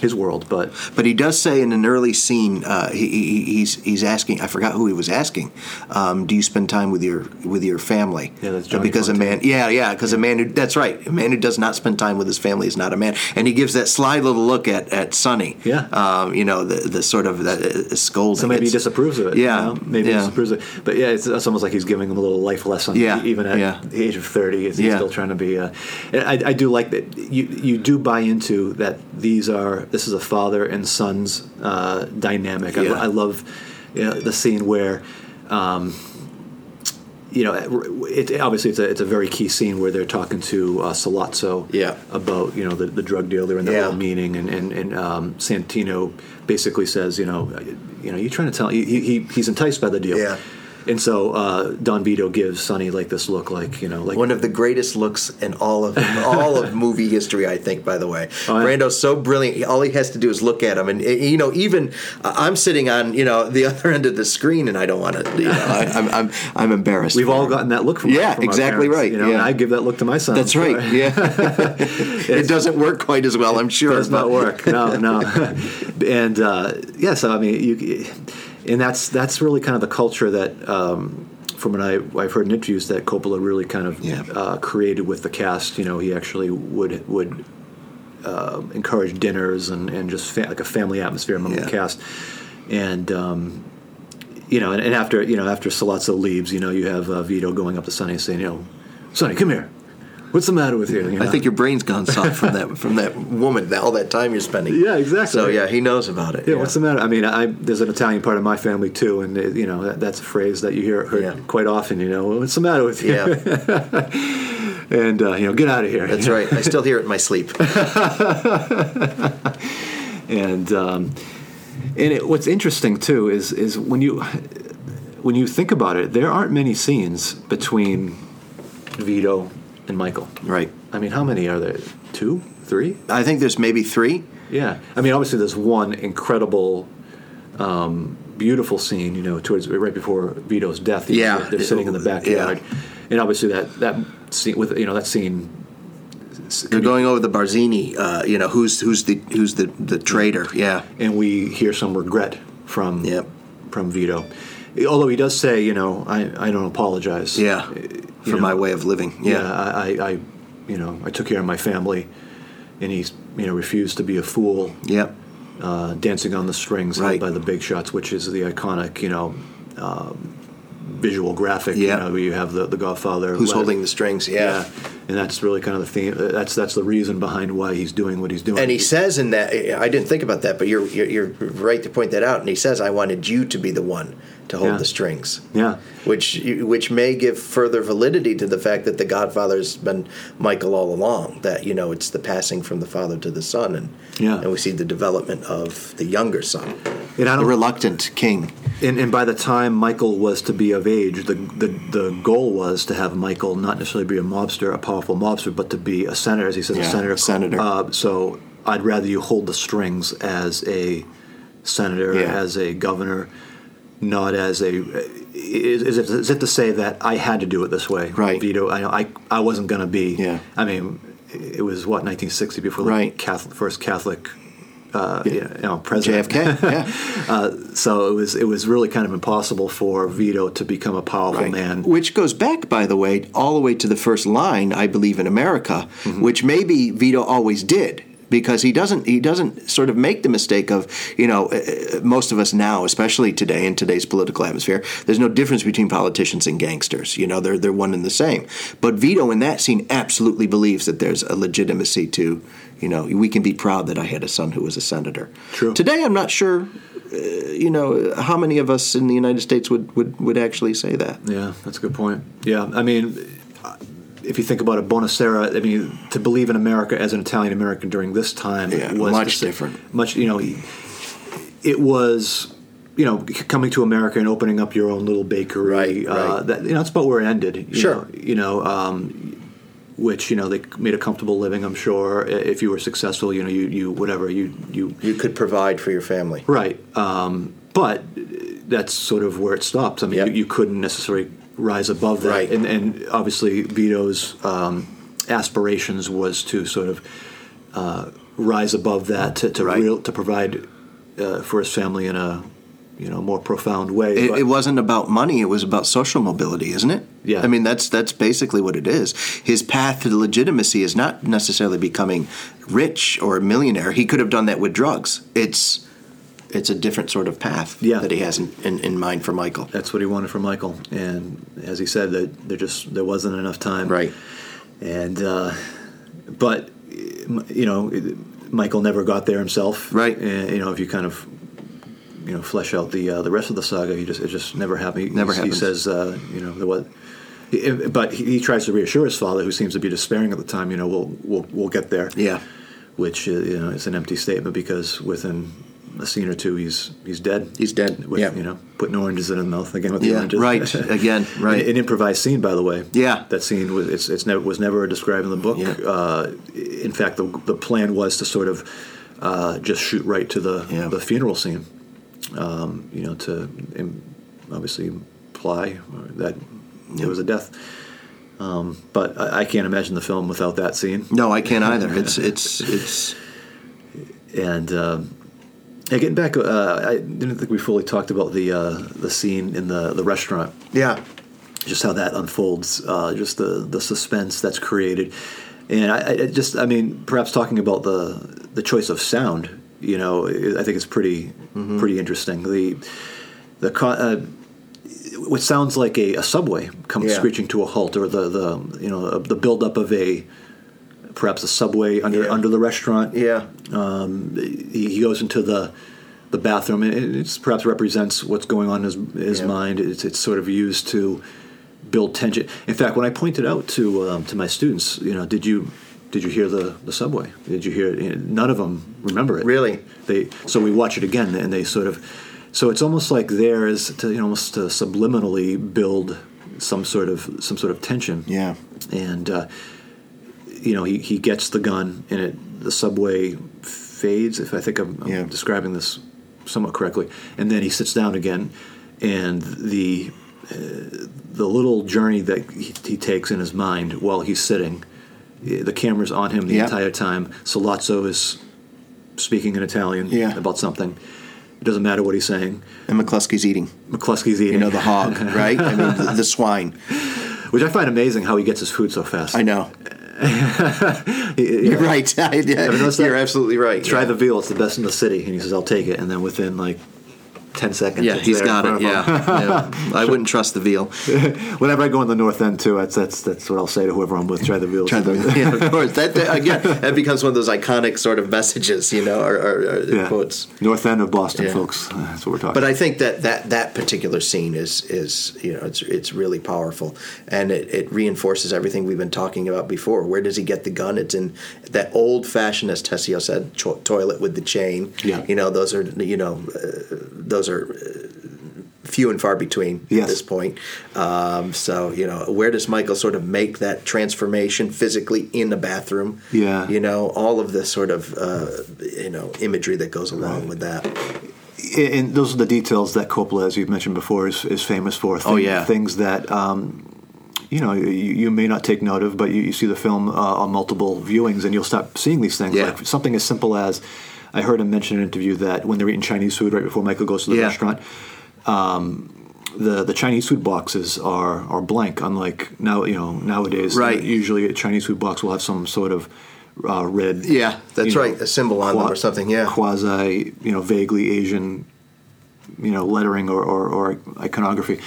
[SPEAKER 1] his world but
[SPEAKER 2] But he does say in an early scene, uh, he, he, he's he's asking. I forgot who he was asking. Um, do you spend time with your with your family?
[SPEAKER 1] Yeah, that's Johnny
[SPEAKER 2] because a man. Yeah, yeah, because a man who that's right. A man who does not spend time with his family is not a man. And he gives that sly little look at at Sonny.
[SPEAKER 1] Yeah.
[SPEAKER 2] um, you know the the sort of that uh, scolding.
[SPEAKER 1] So maybe he
[SPEAKER 2] It's-
[SPEAKER 1] disapproves of it.
[SPEAKER 2] Yeah,
[SPEAKER 1] you know? maybe
[SPEAKER 2] yeah.
[SPEAKER 1] he disapproves of it. But yeah, it's, it's almost like he's giving him a little life lesson.
[SPEAKER 2] Yeah,
[SPEAKER 1] e- even at
[SPEAKER 2] yeah.
[SPEAKER 1] the age of thirty, is he's
[SPEAKER 2] Yeah.
[SPEAKER 1] still trying to be. Uh, and I, I do like that. You you do buy into that. These are this is a father and son's uh, dynamic.
[SPEAKER 2] Yeah.
[SPEAKER 1] I, I love you know, the scene where. Um, you know, it, it- obviously it's a it's a very key scene where they're talking to uh, Salazzo
[SPEAKER 2] Yeah.
[SPEAKER 1] about you know the, the drug dealer and the
[SPEAKER 2] Yeah.
[SPEAKER 1] whole meeting, and and, and um, Santino basically says, you know, you know, you're trying to tell he, he he's enticed by the deal,
[SPEAKER 2] Yeah.
[SPEAKER 1] And so uh, Don Vito gives Sonny like this look, like you know, like
[SPEAKER 2] One of the greatest looks in all of all
[SPEAKER 1] (laughs)
[SPEAKER 2] of movie history, I think. By the way,
[SPEAKER 1] Oh, yeah.
[SPEAKER 2] Brando's so brilliant. All he has to do is look at him, and eh, you know, even uh, I'm sitting on you know the (laughs) other end of the screen, and I don't want to. You know, I, I'm, I'm I'm embarrassed.
[SPEAKER 1] we've
[SPEAKER 2] for
[SPEAKER 1] all
[SPEAKER 2] him.
[SPEAKER 1] gotten that look from
[SPEAKER 2] Yeah,
[SPEAKER 1] from our
[SPEAKER 2] exactly
[SPEAKER 1] parents,
[SPEAKER 2] right,
[SPEAKER 1] You know, and
[SPEAKER 2] yeah.
[SPEAKER 1] I give that look to my son.
[SPEAKER 2] That's right.
[SPEAKER 1] (laughs)
[SPEAKER 2] Yeah, it doesn't work quite as well, I'm sure.
[SPEAKER 1] does not
[SPEAKER 2] but- (laughs)
[SPEAKER 1] work. No, no. and uh, yeah, so I mean, you, and that's that's really kind of the culture that, um, from what I, I've heard in interviews, that Coppola really kind of
[SPEAKER 2] Yeah.
[SPEAKER 1] uh, created with the cast. You know, he actually would would uh, encourage dinners and and just fa- like a family atmosphere among
[SPEAKER 2] Yeah.
[SPEAKER 1] the cast, and. Um, you know, and, and after you know after Salazzo leaves, you know you have uh, Vito going up to Sonny and saying, you know, Sonny, come here. What's the matter with you? you
[SPEAKER 2] I
[SPEAKER 1] know?
[SPEAKER 2] think your brain's gone soft from that from that woman. That, all that time you're spending.
[SPEAKER 1] Yeah, exactly.
[SPEAKER 2] So yeah, he knows about it.
[SPEAKER 1] Yeah, what's the matter? I mean, I, there's an Italian part of my family too, and uh, you know that, that's a phrase that you hear heard
[SPEAKER 2] Yeah.
[SPEAKER 1] (laughs) quite often. You know, what's the matter with you?
[SPEAKER 2] Yeah.
[SPEAKER 1] and uh, you know, get out of here.
[SPEAKER 3] That's right. I still hear it in my sleep.
[SPEAKER 1] and um, and it, what's interesting too is is when you when you think about it, there aren't many scenes between Vito and Michael.
[SPEAKER 2] Right.
[SPEAKER 1] I mean, how many are there? Two, three?
[SPEAKER 2] I think there's maybe three.
[SPEAKER 1] Yeah. I mean, obviously, there's one incredible. Um, beautiful scene, you know, towards right before Vito's death. you
[SPEAKER 2] Yeah.
[SPEAKER 1] know, they're sitting in the backyard, and obviously that that scene with you know that scene.
[SPEAKER 2] They're going over the Barzini. Uh, you know who's who's the who's the the traitor? Yeah.
[SPEAKER 1] and we hear some regret from
[SPEAKER 2] Yep.
[SPEAKER 1] from Vito. Although he does say, you know, I, I don't apologize.
[SPEAKER 3] Uh,
[SPEAKER 2] Yeah. For
[SPEAKER 1] know.
[SPEAKER 2] my way of living.
[SPEAKER 1] yeah.
[SPEAKER 2] Yeah.
[SPEAKER 1] I, I, I, you know, I took care of my family, and he's you know refused to be a fool,
[SPEAKER 2] Yep.
[SPEAKER 1] uh, dancing on the strings
[SPEAKER 2] Right.
[SPEAKER 1] held by the big shots, which is the iconic, you know, um, visual graphic.
[SPEAKER 2] Yeah.
[SPEAKER 1] you know, where you have the the Godfather
[SPEAKER 2] Who's
[SPEAKER 1] letter-
[SPEAKER 2] holding the strings?
[SPEAKER 1] Yeah,
[SPEAKER 2] Yeah.
[SPEAKER 1] and that's really kind of the theme. uh, That's that's the reason behind why he's doing what he's doing.
[SPEAKER 3] And he says in that, I didn't think about that, but you're, you're, you're right to point that out. And he says, I wanted you to be the one to hold
[SPEAKER 1] Yeah.
[SPEAKER 3] the strings.
[SPEAKER 1] yeah,
[SPEAKER 3] Which, which may give further validity to the fact that the Godfather's been Michael all along. That you know, it's the passing from the father to the son, and
[SPEAKER 1] Yeah.
[SPEAKER 3] and we see the development of the younger son.
[SPEAKER 1] and I
[SPEAKER 2] The
[SPEAKER 1] don't
[SPEAKER 2] reluctant king.
[SPEAKER 1] And, and by the time Michael was to be of age, the, the the goal was to have Michael not necessarily be a mobster, a powerful mobster, but to be a senator, as he says, a
[SPEAKER 2] Yeah,
[SPEAKER 1] senator.
[SPEAKER 2] senator.
[SPEAKER 1] Uh, so I'd rather you hold the strings as a senator,
[SPEAKER 2] Yeah.
[SPEAKER 1] as a governor, not as a. Is, is, it, is it to say that I had to do it this way?
[SPEAKER 2] Right.
[SPEAKER 1] Vito, I I, I wasn't going to be.
[SPEAKER 2] Yeah.
[SPEAKER 1] I mean, it was what 1960 before the
[SPEAKER 2] Right.
[SPEAKER 1] Catholic, first Catholic. Uh, You know, president
[SPEAKER 2] (laughs) JFK. Yeah.
[SPEAKER 1] so it was it was really kind of impossible for Vito to become a powerful
[SPEAKER 2] Right.
[SPEAKER 1] man.
[SPEAKER 2] Which goes back, by the way, all the way to the first line, I believe, in America, which maybe Vito always did. Because he doesn't, he doesn't sort of make the mistake of, you know, uh, uh, most of us now, especially today in today's political atmosphere, there's no difference between politicians and gangsters. You know, they're they're one and the same. But Vito in that scene absolutely believes that there's a legitimacy to, you know, we can be proud that I had a son who was a senator.
[SPEAKER 1] True.
[SPEAKER 2] Today, I'm not sure uh, you know, how many of us in the United States would, would, would actually say that?
[SPEAKER 1] Yeah, that's a good point. Yeah, I mean, uh, if you think about it, Bonacera. I mean, to believe in America as an Italian American during this time
[SPEAKER 2] Yeah,
[SPEAKER 1] was
[SPEAKER 2] much
[SPEAKER 1] just-
[SPEAKER 2] different.
[SPEAKER 1] Much, you know, he- it was. You know, c- coming to America and opening up your own little bakery.
[SPEAKER 3] Right,
[SPEAKER 1] Uh,
[SPEAKER 3] right.
[SPEAKER 1] that, you know, that's about where it ended. You
[SPEAKER 3] Sure.
[SPEAKER 1] Know, you know, um, which you know they made a comfortable living. I'm sure I- if you were successful, you know, you you whatever you you
[SPEAKER 3] You could provide for your family.
[SPEAKER 1] Right. Um, but that's sort of where it stops. I mean,
[SPEAKER 3] Yep.
[SPEAKER 1] you, you couldn't necessarily rise above that.
[SPEAKER 3] Right.
[SPEAKER 1] And, and obviously, Vito's um, aspirations was to sort of uh, rise above that to to,
[SPEAKER 2] Right.
[SPEAKER 1] real, to provide uh, for his family in a you know more profound way.
[SPEAKER 2] It,
[SPEAKER 1] But-
[SPEAKER 2] it wasn't about money; it was about social mobility, isn't it?
[SPEAKER 1] Yeah.
[SPEAKER 2] I mean, that's that's basically what it is. His path to legitimacy is not necessarily becoming rich or a millionaire. He could have done that with drugs. It's it's a different sort of path
[SPEAKER 1] Yeah.
[SPEAKER 2] that he has in, in, in mind for Michael.
[SPEAKER 1] that's what he wanted for Michael. And as he said, that there just there wasn't enough time. and uh, but you know Michael never got there himself
[SPEAKER 2] Right.
[SPEAKER 1] and, you know if you kind of you know flesh out the uh, the rest of the saga he just it just never happened he,
[SPEAKER 2] Never
[SPEAKER 1] he
[SPEAKER 2] happens.
[SPEAKER 1] says uh, you know there was he- but he, he tries to reassure his father who seems to be despairing at the time you know we'll we'll, we'll get there
[SPEAKER 2] Yeah.
[SPEAKER 1] which uh, you know is an empty statement because within a scene or two he's he's dead
[SPEAKER 3] He's dead.
[SPEAKER 1] with,
[SPEAKER 3] Yeah.
[SPEAKER 1] you know putting oranges in his mouth again with the
[SPEAKER 2] Yeah,
[SPEAKER 1] oranges (laughs)
[SPEAKER 2] right. Again, right.
[SPEAKER 1] an, an improvised scene by the way
[SPEAKER 2] Yeah.
[SPEAKER 1] that scene was it's, it's never was never described in the book
[SPEAKER 2] Yeah.
[SPEAKER 1] uh, in fact the, the plan was to sort of uh, just shoot right to the
[SPEAKER 2] Yeah.
[SPEAKER 1] the funeral scene um, you know to im- obviously imply that there was a death um, but I, I can't imagine the film without that scene
[SPEAKER 2] No, I can't either. It's it's it's
[SPEAKER 1] and um, yeah, getting back, uh, I didn't think we fully talked about the uh, the scene in the the restaurant,
[SPEAKER 3] Yeah.
[SPEAKER 1] just how that unfolds, uh, just the the suspense that's created, and I, I I just, I mean, perhaps talking about the the choice of sound, you know, I think it's pretty
[SPEAKER 3] Mm-hmm.
[SPEAKER 1] pretty interesting. The the co- uh, what sounds like a, a subway comes
[SPEAKER 3] Yeah.
[SPEAKER 1] screeching to a halt, or the the you know the buildup of a perhaps a subway under
[SPEAKER 3] Yeah.
[SPEAKER 1] under the restaurant,
[SPEAKER 3] Yeah.
[SPEAKER 1] he he goes into the the bathroom. It, it perhaps represents what's going on in his, his
[SPEAKER 3] Yeah.
[SPEAKER 1] mind. It's, it's sort of used to build tension. In fact, when I pointed out to um, to my students, you know, did you did you hear the, the subway? Did you hear? It? You know, none of them remember it.
[SPEAKER 3] Really?
[SPEAKER 1] They so we watch it again, and they sort of so it's almost like there is to you know, almost to subliminally build some sort of some sort of tension.
[SPEAKER 2] Yeah.
[SPEAKER 1] And uh, you know, he, he gets the gun, and it the subway fades. If I think I'm, I'm
[SPEAKER 2] Yeah.
[SPEAKER 1] describing this somewhat correctly, and then he sits down again, and the uh, the little journey that he, he takes in his mind while he's sitting. The camera's on him the
[SPEAKER 2] Yeah.
[SPEAKER 1] entire time. Salazzo is speaking in Italian
[SPEAKER 2] Yeah.
[SPEAKER 1] about something. It doesn't matter what he's saying.
[SPEAKER 2] And McCluskey's eating.
[SPEAKER 1] McCluskey's eating,
[SPEAKER 2] You know, the
[SPEAKER 3] (laughs)
[SPEAKER 2] hog, right? I mean, the, the swine.
[SPEAKER 1] which I find amazing how he gets his food so fast.
[SPEAKER 2] I know.
[SPEAKER 1] He-
[SPEAKER 2] You're (laughs) right. I,
[SPEAKER 1] noticed
[SPEAKER 2] you're
[SPEAKER 1] that?
[SPEAKER 2] absolutely right.
[SPEAKER 1] Try the veal; it's the best in the city. And he says, "I'll take it." And then within like ten seconds,
[SPEAKER 4] Yeah,
[SPEAKER 1] it's
[SPEAKER 4] he's
[SPEAKER 1] there in
[SPEAKER 4] got it.
[SPEAKER 1] front of him.
[SPEAKER 4] Yeah,
[SPEAKER 1] (laughs)
[SPEAKER 4] yeah. I wouldn't trust the veal.
[SPEAKER 1] Whenever I go in the north end too, that's that's that's what I'll say to whoever I'm with. Try the veal.
[SPEAKER 2] Try
[SPEAKER 3] (laughs)
[SPEAKER 2] the veal.
[SPEAKER 4] Yeah,
[SPEAKER 3] of course, that, that- again that becomes one of those iconic sort of messages, you know, or, or, or
[SPEAKER 1] (laughs) Yeah.
[SPEAKER 3] quotes.
[SPEAKER 1] North end of Boston,
[SPEAKER 3] Yeah.
[SPEAKER 1] folks. That's what we're talking.
[SPEAKER 3] But I think that, that that particular scene is is you know it's it's really powerful and it, it reinforces everything we've been talking about before. Where does he get the gun? It's in that old fashioned, as Tessio said, cho- toilet with the chain.
[SPEAKER 1] Yeah.
[SPEAKER 3] you know those are you know uh, those are uh, few and far between
[SPEAKER 1] Yes.
[SPEAKER 3] at this point. Um, so you know, where does Michael sort of make that transformation physically in the bathroom?
[SPEAKER 1] Yeah.
[SPEAKER 3] you know, all of this sort of uh, you know imagery that goes along with that.
[SPEAKER 1] and those are the details that Coppola, as you've mentioned before, is, is famous for. Thing-
[SPEAKER 4] Oh, yeah.
[SPEAKER 1] things that um, you know you, you may not take note of, but you, you see the film uh, on multiple viewings, and you'll start seeing these things.
[SPEAKER 4] Yeah.
[SPEAKER 1] Like something as simple as I heard him mention in an interview that when they're eating Chinese food right before Michael goes to the
[SPEAKER 4] Yeah.
[SPEAKER 1] restaurant. Um, the, the Chinese food boxes are, are blank. Unlike now, you know nowadays,
[SPEAKER 4] Right.
[SPEAKER 1] Usually, a Chinese food box will have some sort of uh, red.
[SPEAKER 4] Yeah,
[SPEAKER 3] That's
[SPEAKER 1] you know,
[SPEAKER 3] right, a symbol on them or something. Yeah,
[SPEAKER 1] quasi you know vaguely Asian you know lettering or, or, or iconography.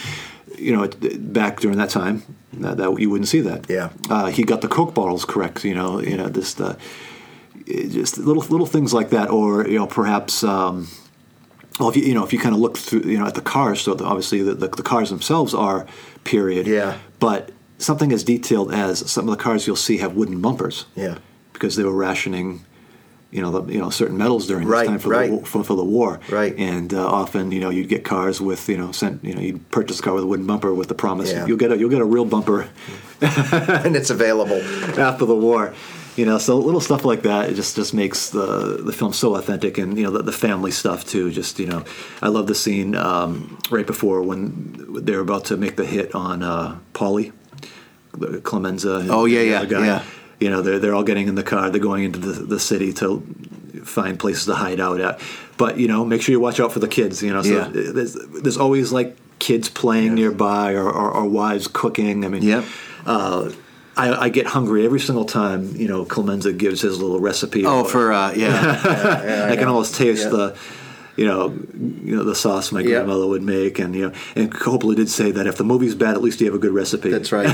[SPEAKER 1] You know, it- it, back during that time, that, that you wouldn't see that.
[SPEAKER 3] Yeah.
[SPEAKER 1] uh, he got the Coke bottles correct. You know, you know this uh, it just little little things like that, or you know perhaps. Um, well, if you, you know, if you kind of look through, you know, at the cars, so the, obviously the, the, the cars themselves are period.
[SPEAKER 3] Yeah.
[SPEAKER 1] But something as detailed as some of the cars you'll see have wooden bumpers
[SPEAKER 3] yeah. (laughs)
[SPEAKER 1] because they were rationing, you know, the, you know certain metals during this
[SPEAKER 3] Right,
[SPEAKER 1] time for,
[SPEAKER 3] right.
[SPEAKER 1] the, wa- for, for the war.
[SPEAKER 3] Right.
[SPEAKER 1] And uh, often, you know, you'd get cars with, you know, sent, you know, you'd purchase a car with a wooden bumper with the promise
[SPEAKER 3] Yeah.
[SPEAKER 1] you'll get a you'll get a real bumper
[SPEAKER 3] and it's available.
[SPEAKER 1] (laughs) after the war. You know, so little stuff like that it just just makes the the film so authentic, and you know the, the family stuff too. Just you know, I love the scene um, right before when they're about to make the hit on uh, Polly, the Clemenza. and
[SPEAKER 2] Oh, yeah,
[SPEAKER 1] the
[SPEAKER 2] yeah,
[SPEAKER 1] other guy.
[SPEAKER 2] yeah.
[SPEAKER 1] You know, they're they're all getting in the car. They're going into the, the city to find places to hide out at. But you know, make sure you watch out for the kids. You know, so
[SPEAKER 2] Yeah.
[SPEAKER 1] there's there's always like kids playing nearby or, or, or wives cooking. I mean,
[SPEAKER 2] Yep.
[SPEAKER 1] uh, I, I get hungry every single time. You know, Clemenza gives his little recipe.
[SPEAKER 2] Oh, for, uh, yeah.
[SPEAKER 1] I can almost taste
[SPEAKER 3] Yeah.
[SPEAKER 1] the, you know, you know the sauce my
[SPEAKER 3] Yeah.
[SPEAKER 1] grandmother would make, and you know, and Coppola did say that if the movie's bad, at least you have a good
[SPEAKER 3] (laughs)
[SPEAKER 1] recipe.
[SPEAKER 3] That's
[SPEAKER 2] (laughs)
[SPEAKER 3] right.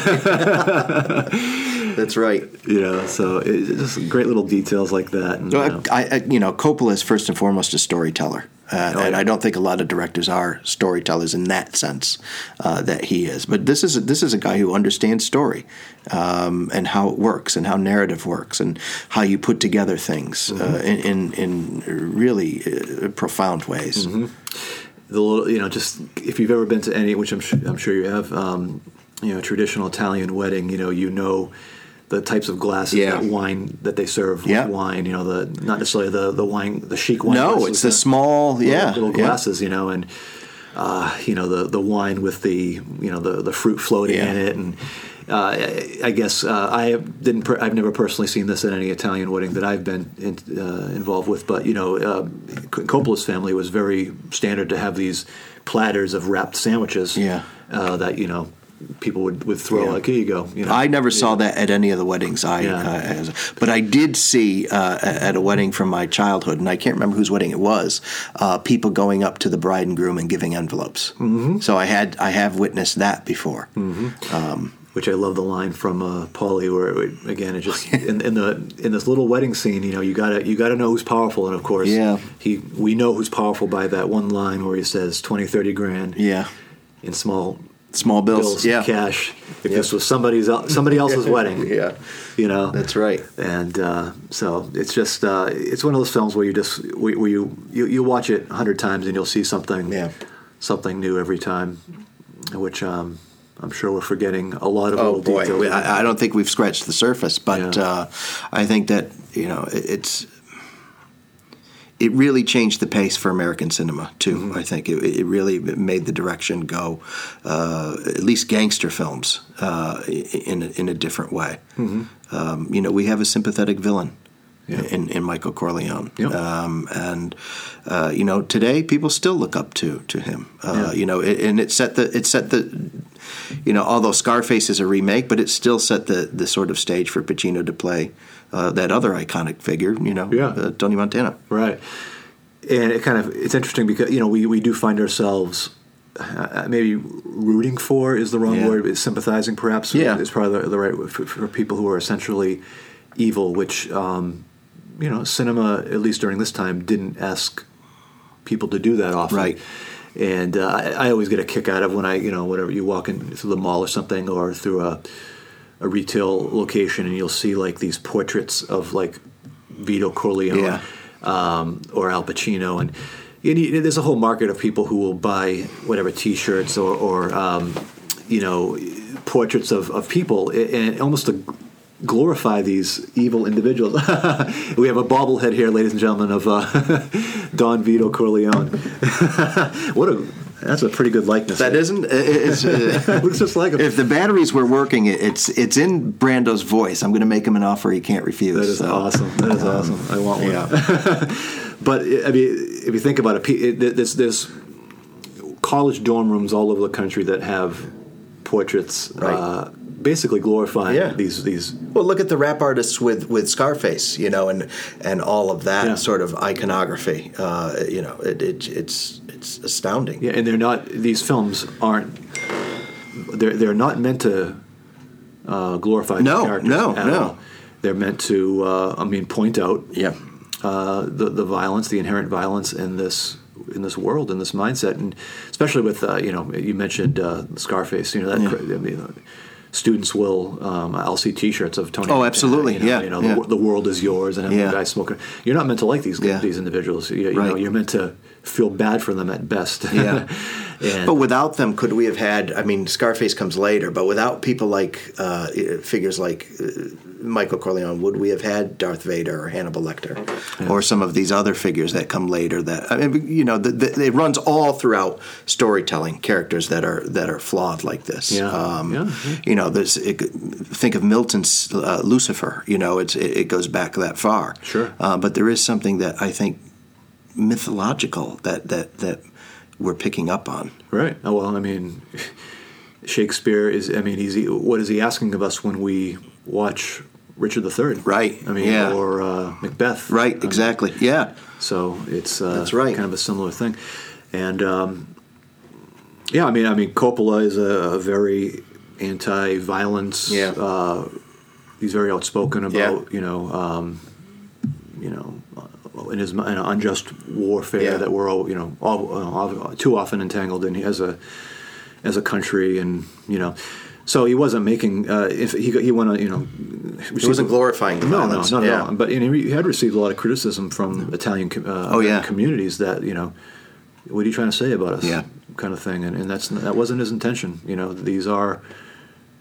[SPEAKER 3] That's right.
[SPEAKER 1] You know, so it, it's just great little details like that. And, you know.
[SPEAKER 2] So I, I, you know, Coppola is first and foremost a storyteller,
[SPEAKER 3] Oh,
[SPEAKER 2] uh, and
[SPEAKER 1] yeah.
[SPEAKER 2] I don't think a lot of directors are storytellers in that sense uh, that he is. But this is a, this is a guy who understands story um, and how it works, and how narrative works, and how you put together things uh,
[SPEAKER 3] Mm-hmm.
[SPEAKER 2] in, in in really uh, profound ways.
[SPEAKER 3] Mm-hmm.
[SPEAKER 1] the little, you know, just if you've ever been to any, which I'm sure, I'm sure you have, um, you know, traditional Italian wedding, you know, you know the types of glasses
[SPEAKER 2] Yeah.
[SPEAKER 1] that wine that they serve
[SPEAKER 2] Yeah.
[SPEAKER 1] with wine, you know, the not necessarily the the wine, the chic wine.
[SPEAKER 2] No,
[SPEAKER 1] glasses,
[SPEAKER 2] it's the
[SPEAKER 1] uh,
[SPEAKER 2] small,
[SPEAKER 1] little-
[SPEAKER 2] yeah,
[SPEAKER 1] little
[SPEAKER 2] yeah.
[SPEAKER 1] glasses, you know, and uh, you know the the wine with the you know the the fruit floating
[SPEAKER 2] Yeah.
[SPEAKER 1] in it, and uh, I, I guess uh, I didn't. Per- I've never personally seen this at any Italian wedding that I've been in, uh, involved with, but you know, uh, Coppola's family was very standard to have these platters of wrapped sandwiches.
[SPEAKER 2] Yeah.
[SPEAKER 1] uh, that you know people would would throw
[SPEAKER 2] Yeah.
[SPEAKER 1] like here you go. You know,
[SPEAKER 2] I never saw that at any of the weddings I,
[SPEAKER 1] Yeah.
[SPEAKER 2] uh, as- but I did see uh, at a wedding from my childhood, and I can't remember whose wedding it was. Uh, people going up to the bride and groom and giving envelopes. Mm-hmm. So I had I have witnessed that before.
[SPEAKER 1] which I love the line from uh, Paulie, where it, again it just in, in the in this little wedding scene, you know, you gotta you gotta know who's powerful, and of course,
[SPEAKER 2] Yeah.
[SPEAKER 1] he we know who's powerful by that one line where he says 20, 30 grand
[SPEAKER 2] Yeah,
[SPEAKER 1] in small
[SPEAKER 2] small bills.
[SPEAKER 1] bills,
[SPEAKER 2] yeah.
[SPEAKER 1] cash. If this was somebody's el- somebody else's wedding,
[SPEAKER 3] (laughs) Yeah.
[SPEAKER 1] you know,
[SPEAKER 3] That's right.
[SPEAKER 1] And uh, so it's just uh, it's one of those films where you just where, where you, you you watch it a hundred times and you'll see something
[SPEAKER 3] Yeah.
[SPEAKER 1] something new every time, which um, I'm sure we're forgetting a lot of
[SPEAKER 3] Oh
[SPEAKER 1] little details.
[SPEAKER 3] boy,
[SPEAKER 1] in it.
[SPEAKER 2] I, I don't think we've scratched the surface, but
[SPEAKER 1] Yeah.
[SPEAKER 2] uh, I think that you know it, it's it really changed the pace for American cinema too.
[SPEAKER 1] Mm-hmm.
[SPEAKER 2] I think it, it really made the direction go, uh, at least gangster films, uh, i- in a, in a different way.
[SPEAKER 1] Mm-hmm.
[SPEAKER 2] Um, you know, we have a sympathetic villain. In, in Michael Corleone,
[SPEAKER 1] Yep.
[SPEAKER 2] um, and uh, you know today people still look up to to him. Uh,
[SPEAKER 1] Yeah.
[SPEAKER 2] You know, it, and it set the it set the you know, although Scarface is a remake, but it still set the, the sort of stage for Pacino to play uh, that other iconic figure, you know,
[SPEAKER 1] Yeah.
[SPEAKER 2] uh, Tony Montana.
[SPEAKER 1] Right. And it kind of it's interesting because you know we, we do find ourselves uh, maybe rooting for is the wrong
[SPEAKER 2] Yeah.
[SPEAKER 1] word, but sympathizing perhaps
[SPEAKER 2] Yeah.
[SPEAKER 1] is probably the, the right word for, for people who are essentially evil, which um, you know cinema at least during this time didn't ask people to do that often.
[SPEAKER 2] Right.
[SPEAKER 1] And uh, I, I always get a kick out of when I you know whenever you walk in through the mall or something or through a a retail location and you'll see like these portraits of like Vito Corleone
[SPEAKER 2] Yeah.
[SPEAKER 1] um, or Al Pacino, and you need, there's a whole market of people who will buy whatever T-shirts or, or um, you know portraits of, of people a- and almost to glorify these evil individuals. (laughs) we have a bobblehead here, ladies and gentlemen, of uh, (laughs) Don Vito Corleone. (laughs) what a that's a pretty good likeness. (laughs)
[SPEAKER 2] That isn't. It's, (laughs) uh,
[SPEAKER 1] looks just like him.
[SPEAKER 2] if the batteries were working, it, it's it's in Brando's voice. I'm going to make him an offer he can't refuse.
[SPEAKER 1] That is
[SPEAKER 2] so,
[SPEAKER 1] awesome. That is awesome. I want one.
[SPEAKER 2] Yeah,
[SPEAKER 1] um, (laughs) But I mean, if you think about it, pe- it, there's there's college dorm rooms all over the country that have portraits, uh, basically glorifying
[SPEAKER 3] Yeah.
[SPEAKER 1] these these.
[SPEAKER 3] Well, look at the rap artists with, with Scarface, you know, and and all of that
[SPEAKER 1] Yeah.
[SPEAKER 3] sort of iconography. Uh, you know, it, it, it's it's astounding.
[SPEAKER 1] Yeah, and they're not. These films aren't. They're they're not meant to uh, glorify these
[SPEAKER 2] No,
[SPEAKER 1] characters.
[SPEAKER 2] no,
[SPEAKER 1] at
[SPEAKER 2] no.
[SPEAKER 1] All. They're meant to. Uh, I mean, point out
[SPEAKER 2] yeah,
[SPEAKER 1] uh, the the violence, the inherent violence in this in this world, in this mindset, and especially with uh, you know you mentioned uh, Scarface, you know that cra- I mean, uh, students will um, I'll see T-shirts of Tony.
[SPEAKER 2] Oh, absolutely.
[SPEAKER 1] Montana,
[SPEAKER 2] Yeah,
[SPEAKER 1] you know,
[SPEAKER 2] yeah.
[SPEAKER 1] The, wor- the world is yours, and
[SPEAKER 2] Yeah.
[SPEAKER 1] yeah. guy smoking. You're not meant to like these
[SPEAKER 2] Yeah.
[SPEAKER 1] these individuals. You, you know,
[SPEAKER 2] Right.
[SPEAKER 1] you're meant to feel bad for them at best.
[SPEAKER 2] Yeah.
[SPEAKER 1] (laughs) and,
[SPEAKER 3] But without them, could we have had? I mean, Scarface comes later, but without people like uh, figures like uh, Michael Corleone, would we have had Darth Vader or Hannibal Lecter?
[SPEAKER 2] or some of these other figures that come later. That I mean,
[SPEAKER 3] You know, the, the, it runs all throughout storytelling. Characters that are that are flawed like this. Um,
[SPEAKER 1] Yeah. Yeah.
[SPEAKER 3] You know, there's it, think of Milton's uh, Lucifer. You know, it's it, it goes back that far.
[SPEAKER 1] Sure.
[SPEAKER 3] Uh, but there is something that I think mythological that that that we're picking up on.
[SPEAKER 1] Right. Oh, well, I mean, Shakespeare is. I mean, he's what is he asking of us when we watch Richard III?
[SPEAKER 2] Right,
[SPEAKER 1] I mean,
[SPEAKER 2] yeah.
[SPEAKER 1] or uh, Macbeth.
[SPEAKER 3] Um,
[SPEAKER 2] right,
[SPEAKER 1] I mean,
[SPEAKER 2] exactly. Yeah,
[SPEAKER 1] so it's uh,
[SPEAKER 2] That's right.
[SPEAKER 1] Kind of a similar thing, and um, yeah, I mean, I mean, Coppola is a, a very anti-violence.
[SPEAKER 2] Yeah.
[SPEAKER 1] Uh, he's very outspoken about
[SPEAKER 2] Yeah.
[SPEAKER 1] you know, um, you know, uh, in his in an unjust warfare
[SPEAKER 2] Yeah.
[SPEAKER 1] that we're all you know all, uh, all, too often entangled in as a as a country, and you know. So he wasn't making. Uh, if he got- he went on, you know,
[SPEAKER 3] It wasn't glorifying the
[SPEAKER 1] no, no,
[SPEAKER 3] violence.
[SPEAKER 1] not at
[SPEAKER 3] Yeah.
[SPEAKER 1] all. But and he had received a lot of criticism from Italian com- uh, American
[SPEAKER 2] Oh, yeah.
[SPEAKER 1] communities that you know, what are you trying to say about us?
[SPEAKER 2] Yeah.
[SPEAKER 1] kind of thing. And, and that's that wasn't his intention. You know, these are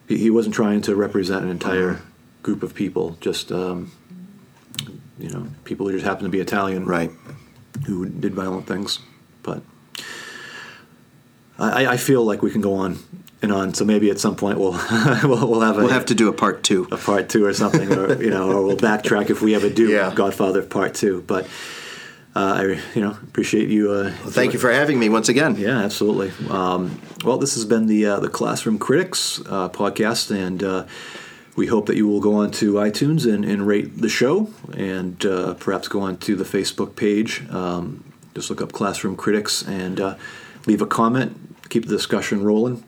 [SPEAKER 1] he, he wasn't trying to represent an entire group of people. Just um, you know, people who just happen to be Italian,
[SPEAKER 2] right.
[SPEAKER 1] Who did violent things, but. I, I- I feel like we can go on and on, so maybe at some point we'll (laughs) we'll, we'll have a,
[SPEAKER 2] We'll have to do a part two.
[SPEAKER 1] a part two or something, or you know, or we'll backtrack if we ever do
[SPEAKER 3] Yeah.
[SPEAKER 1] Godfather Part Two. But uh, I, you know, appreciate you. Uh,
[SPEAKER 3] Thank you for having me once again.
[SPEAKER 1] yeah, absolutely. Um, well, this has been the uh, the Classroom Critics uh, podcast, and uh, we hope that you will go on to iTunes and, and rate the show, and uh, perhaps go on to the Facebook page. Um, just look up Classroom Critics and uh, leave a comment. Keep the discussion rolling.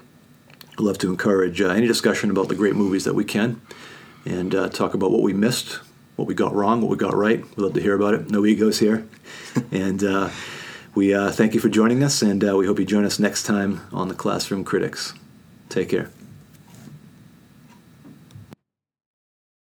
[SPEAKER 1] I love to encourage uh, any discussion about the great movies that we can, and uh, talk about what we missed, what we got wrong, what we got right. We love to hear about it. No egos here, and uh, we uh, thank you for joining us, and uh, we hope you join us next time on the Classroom Critics. Take care.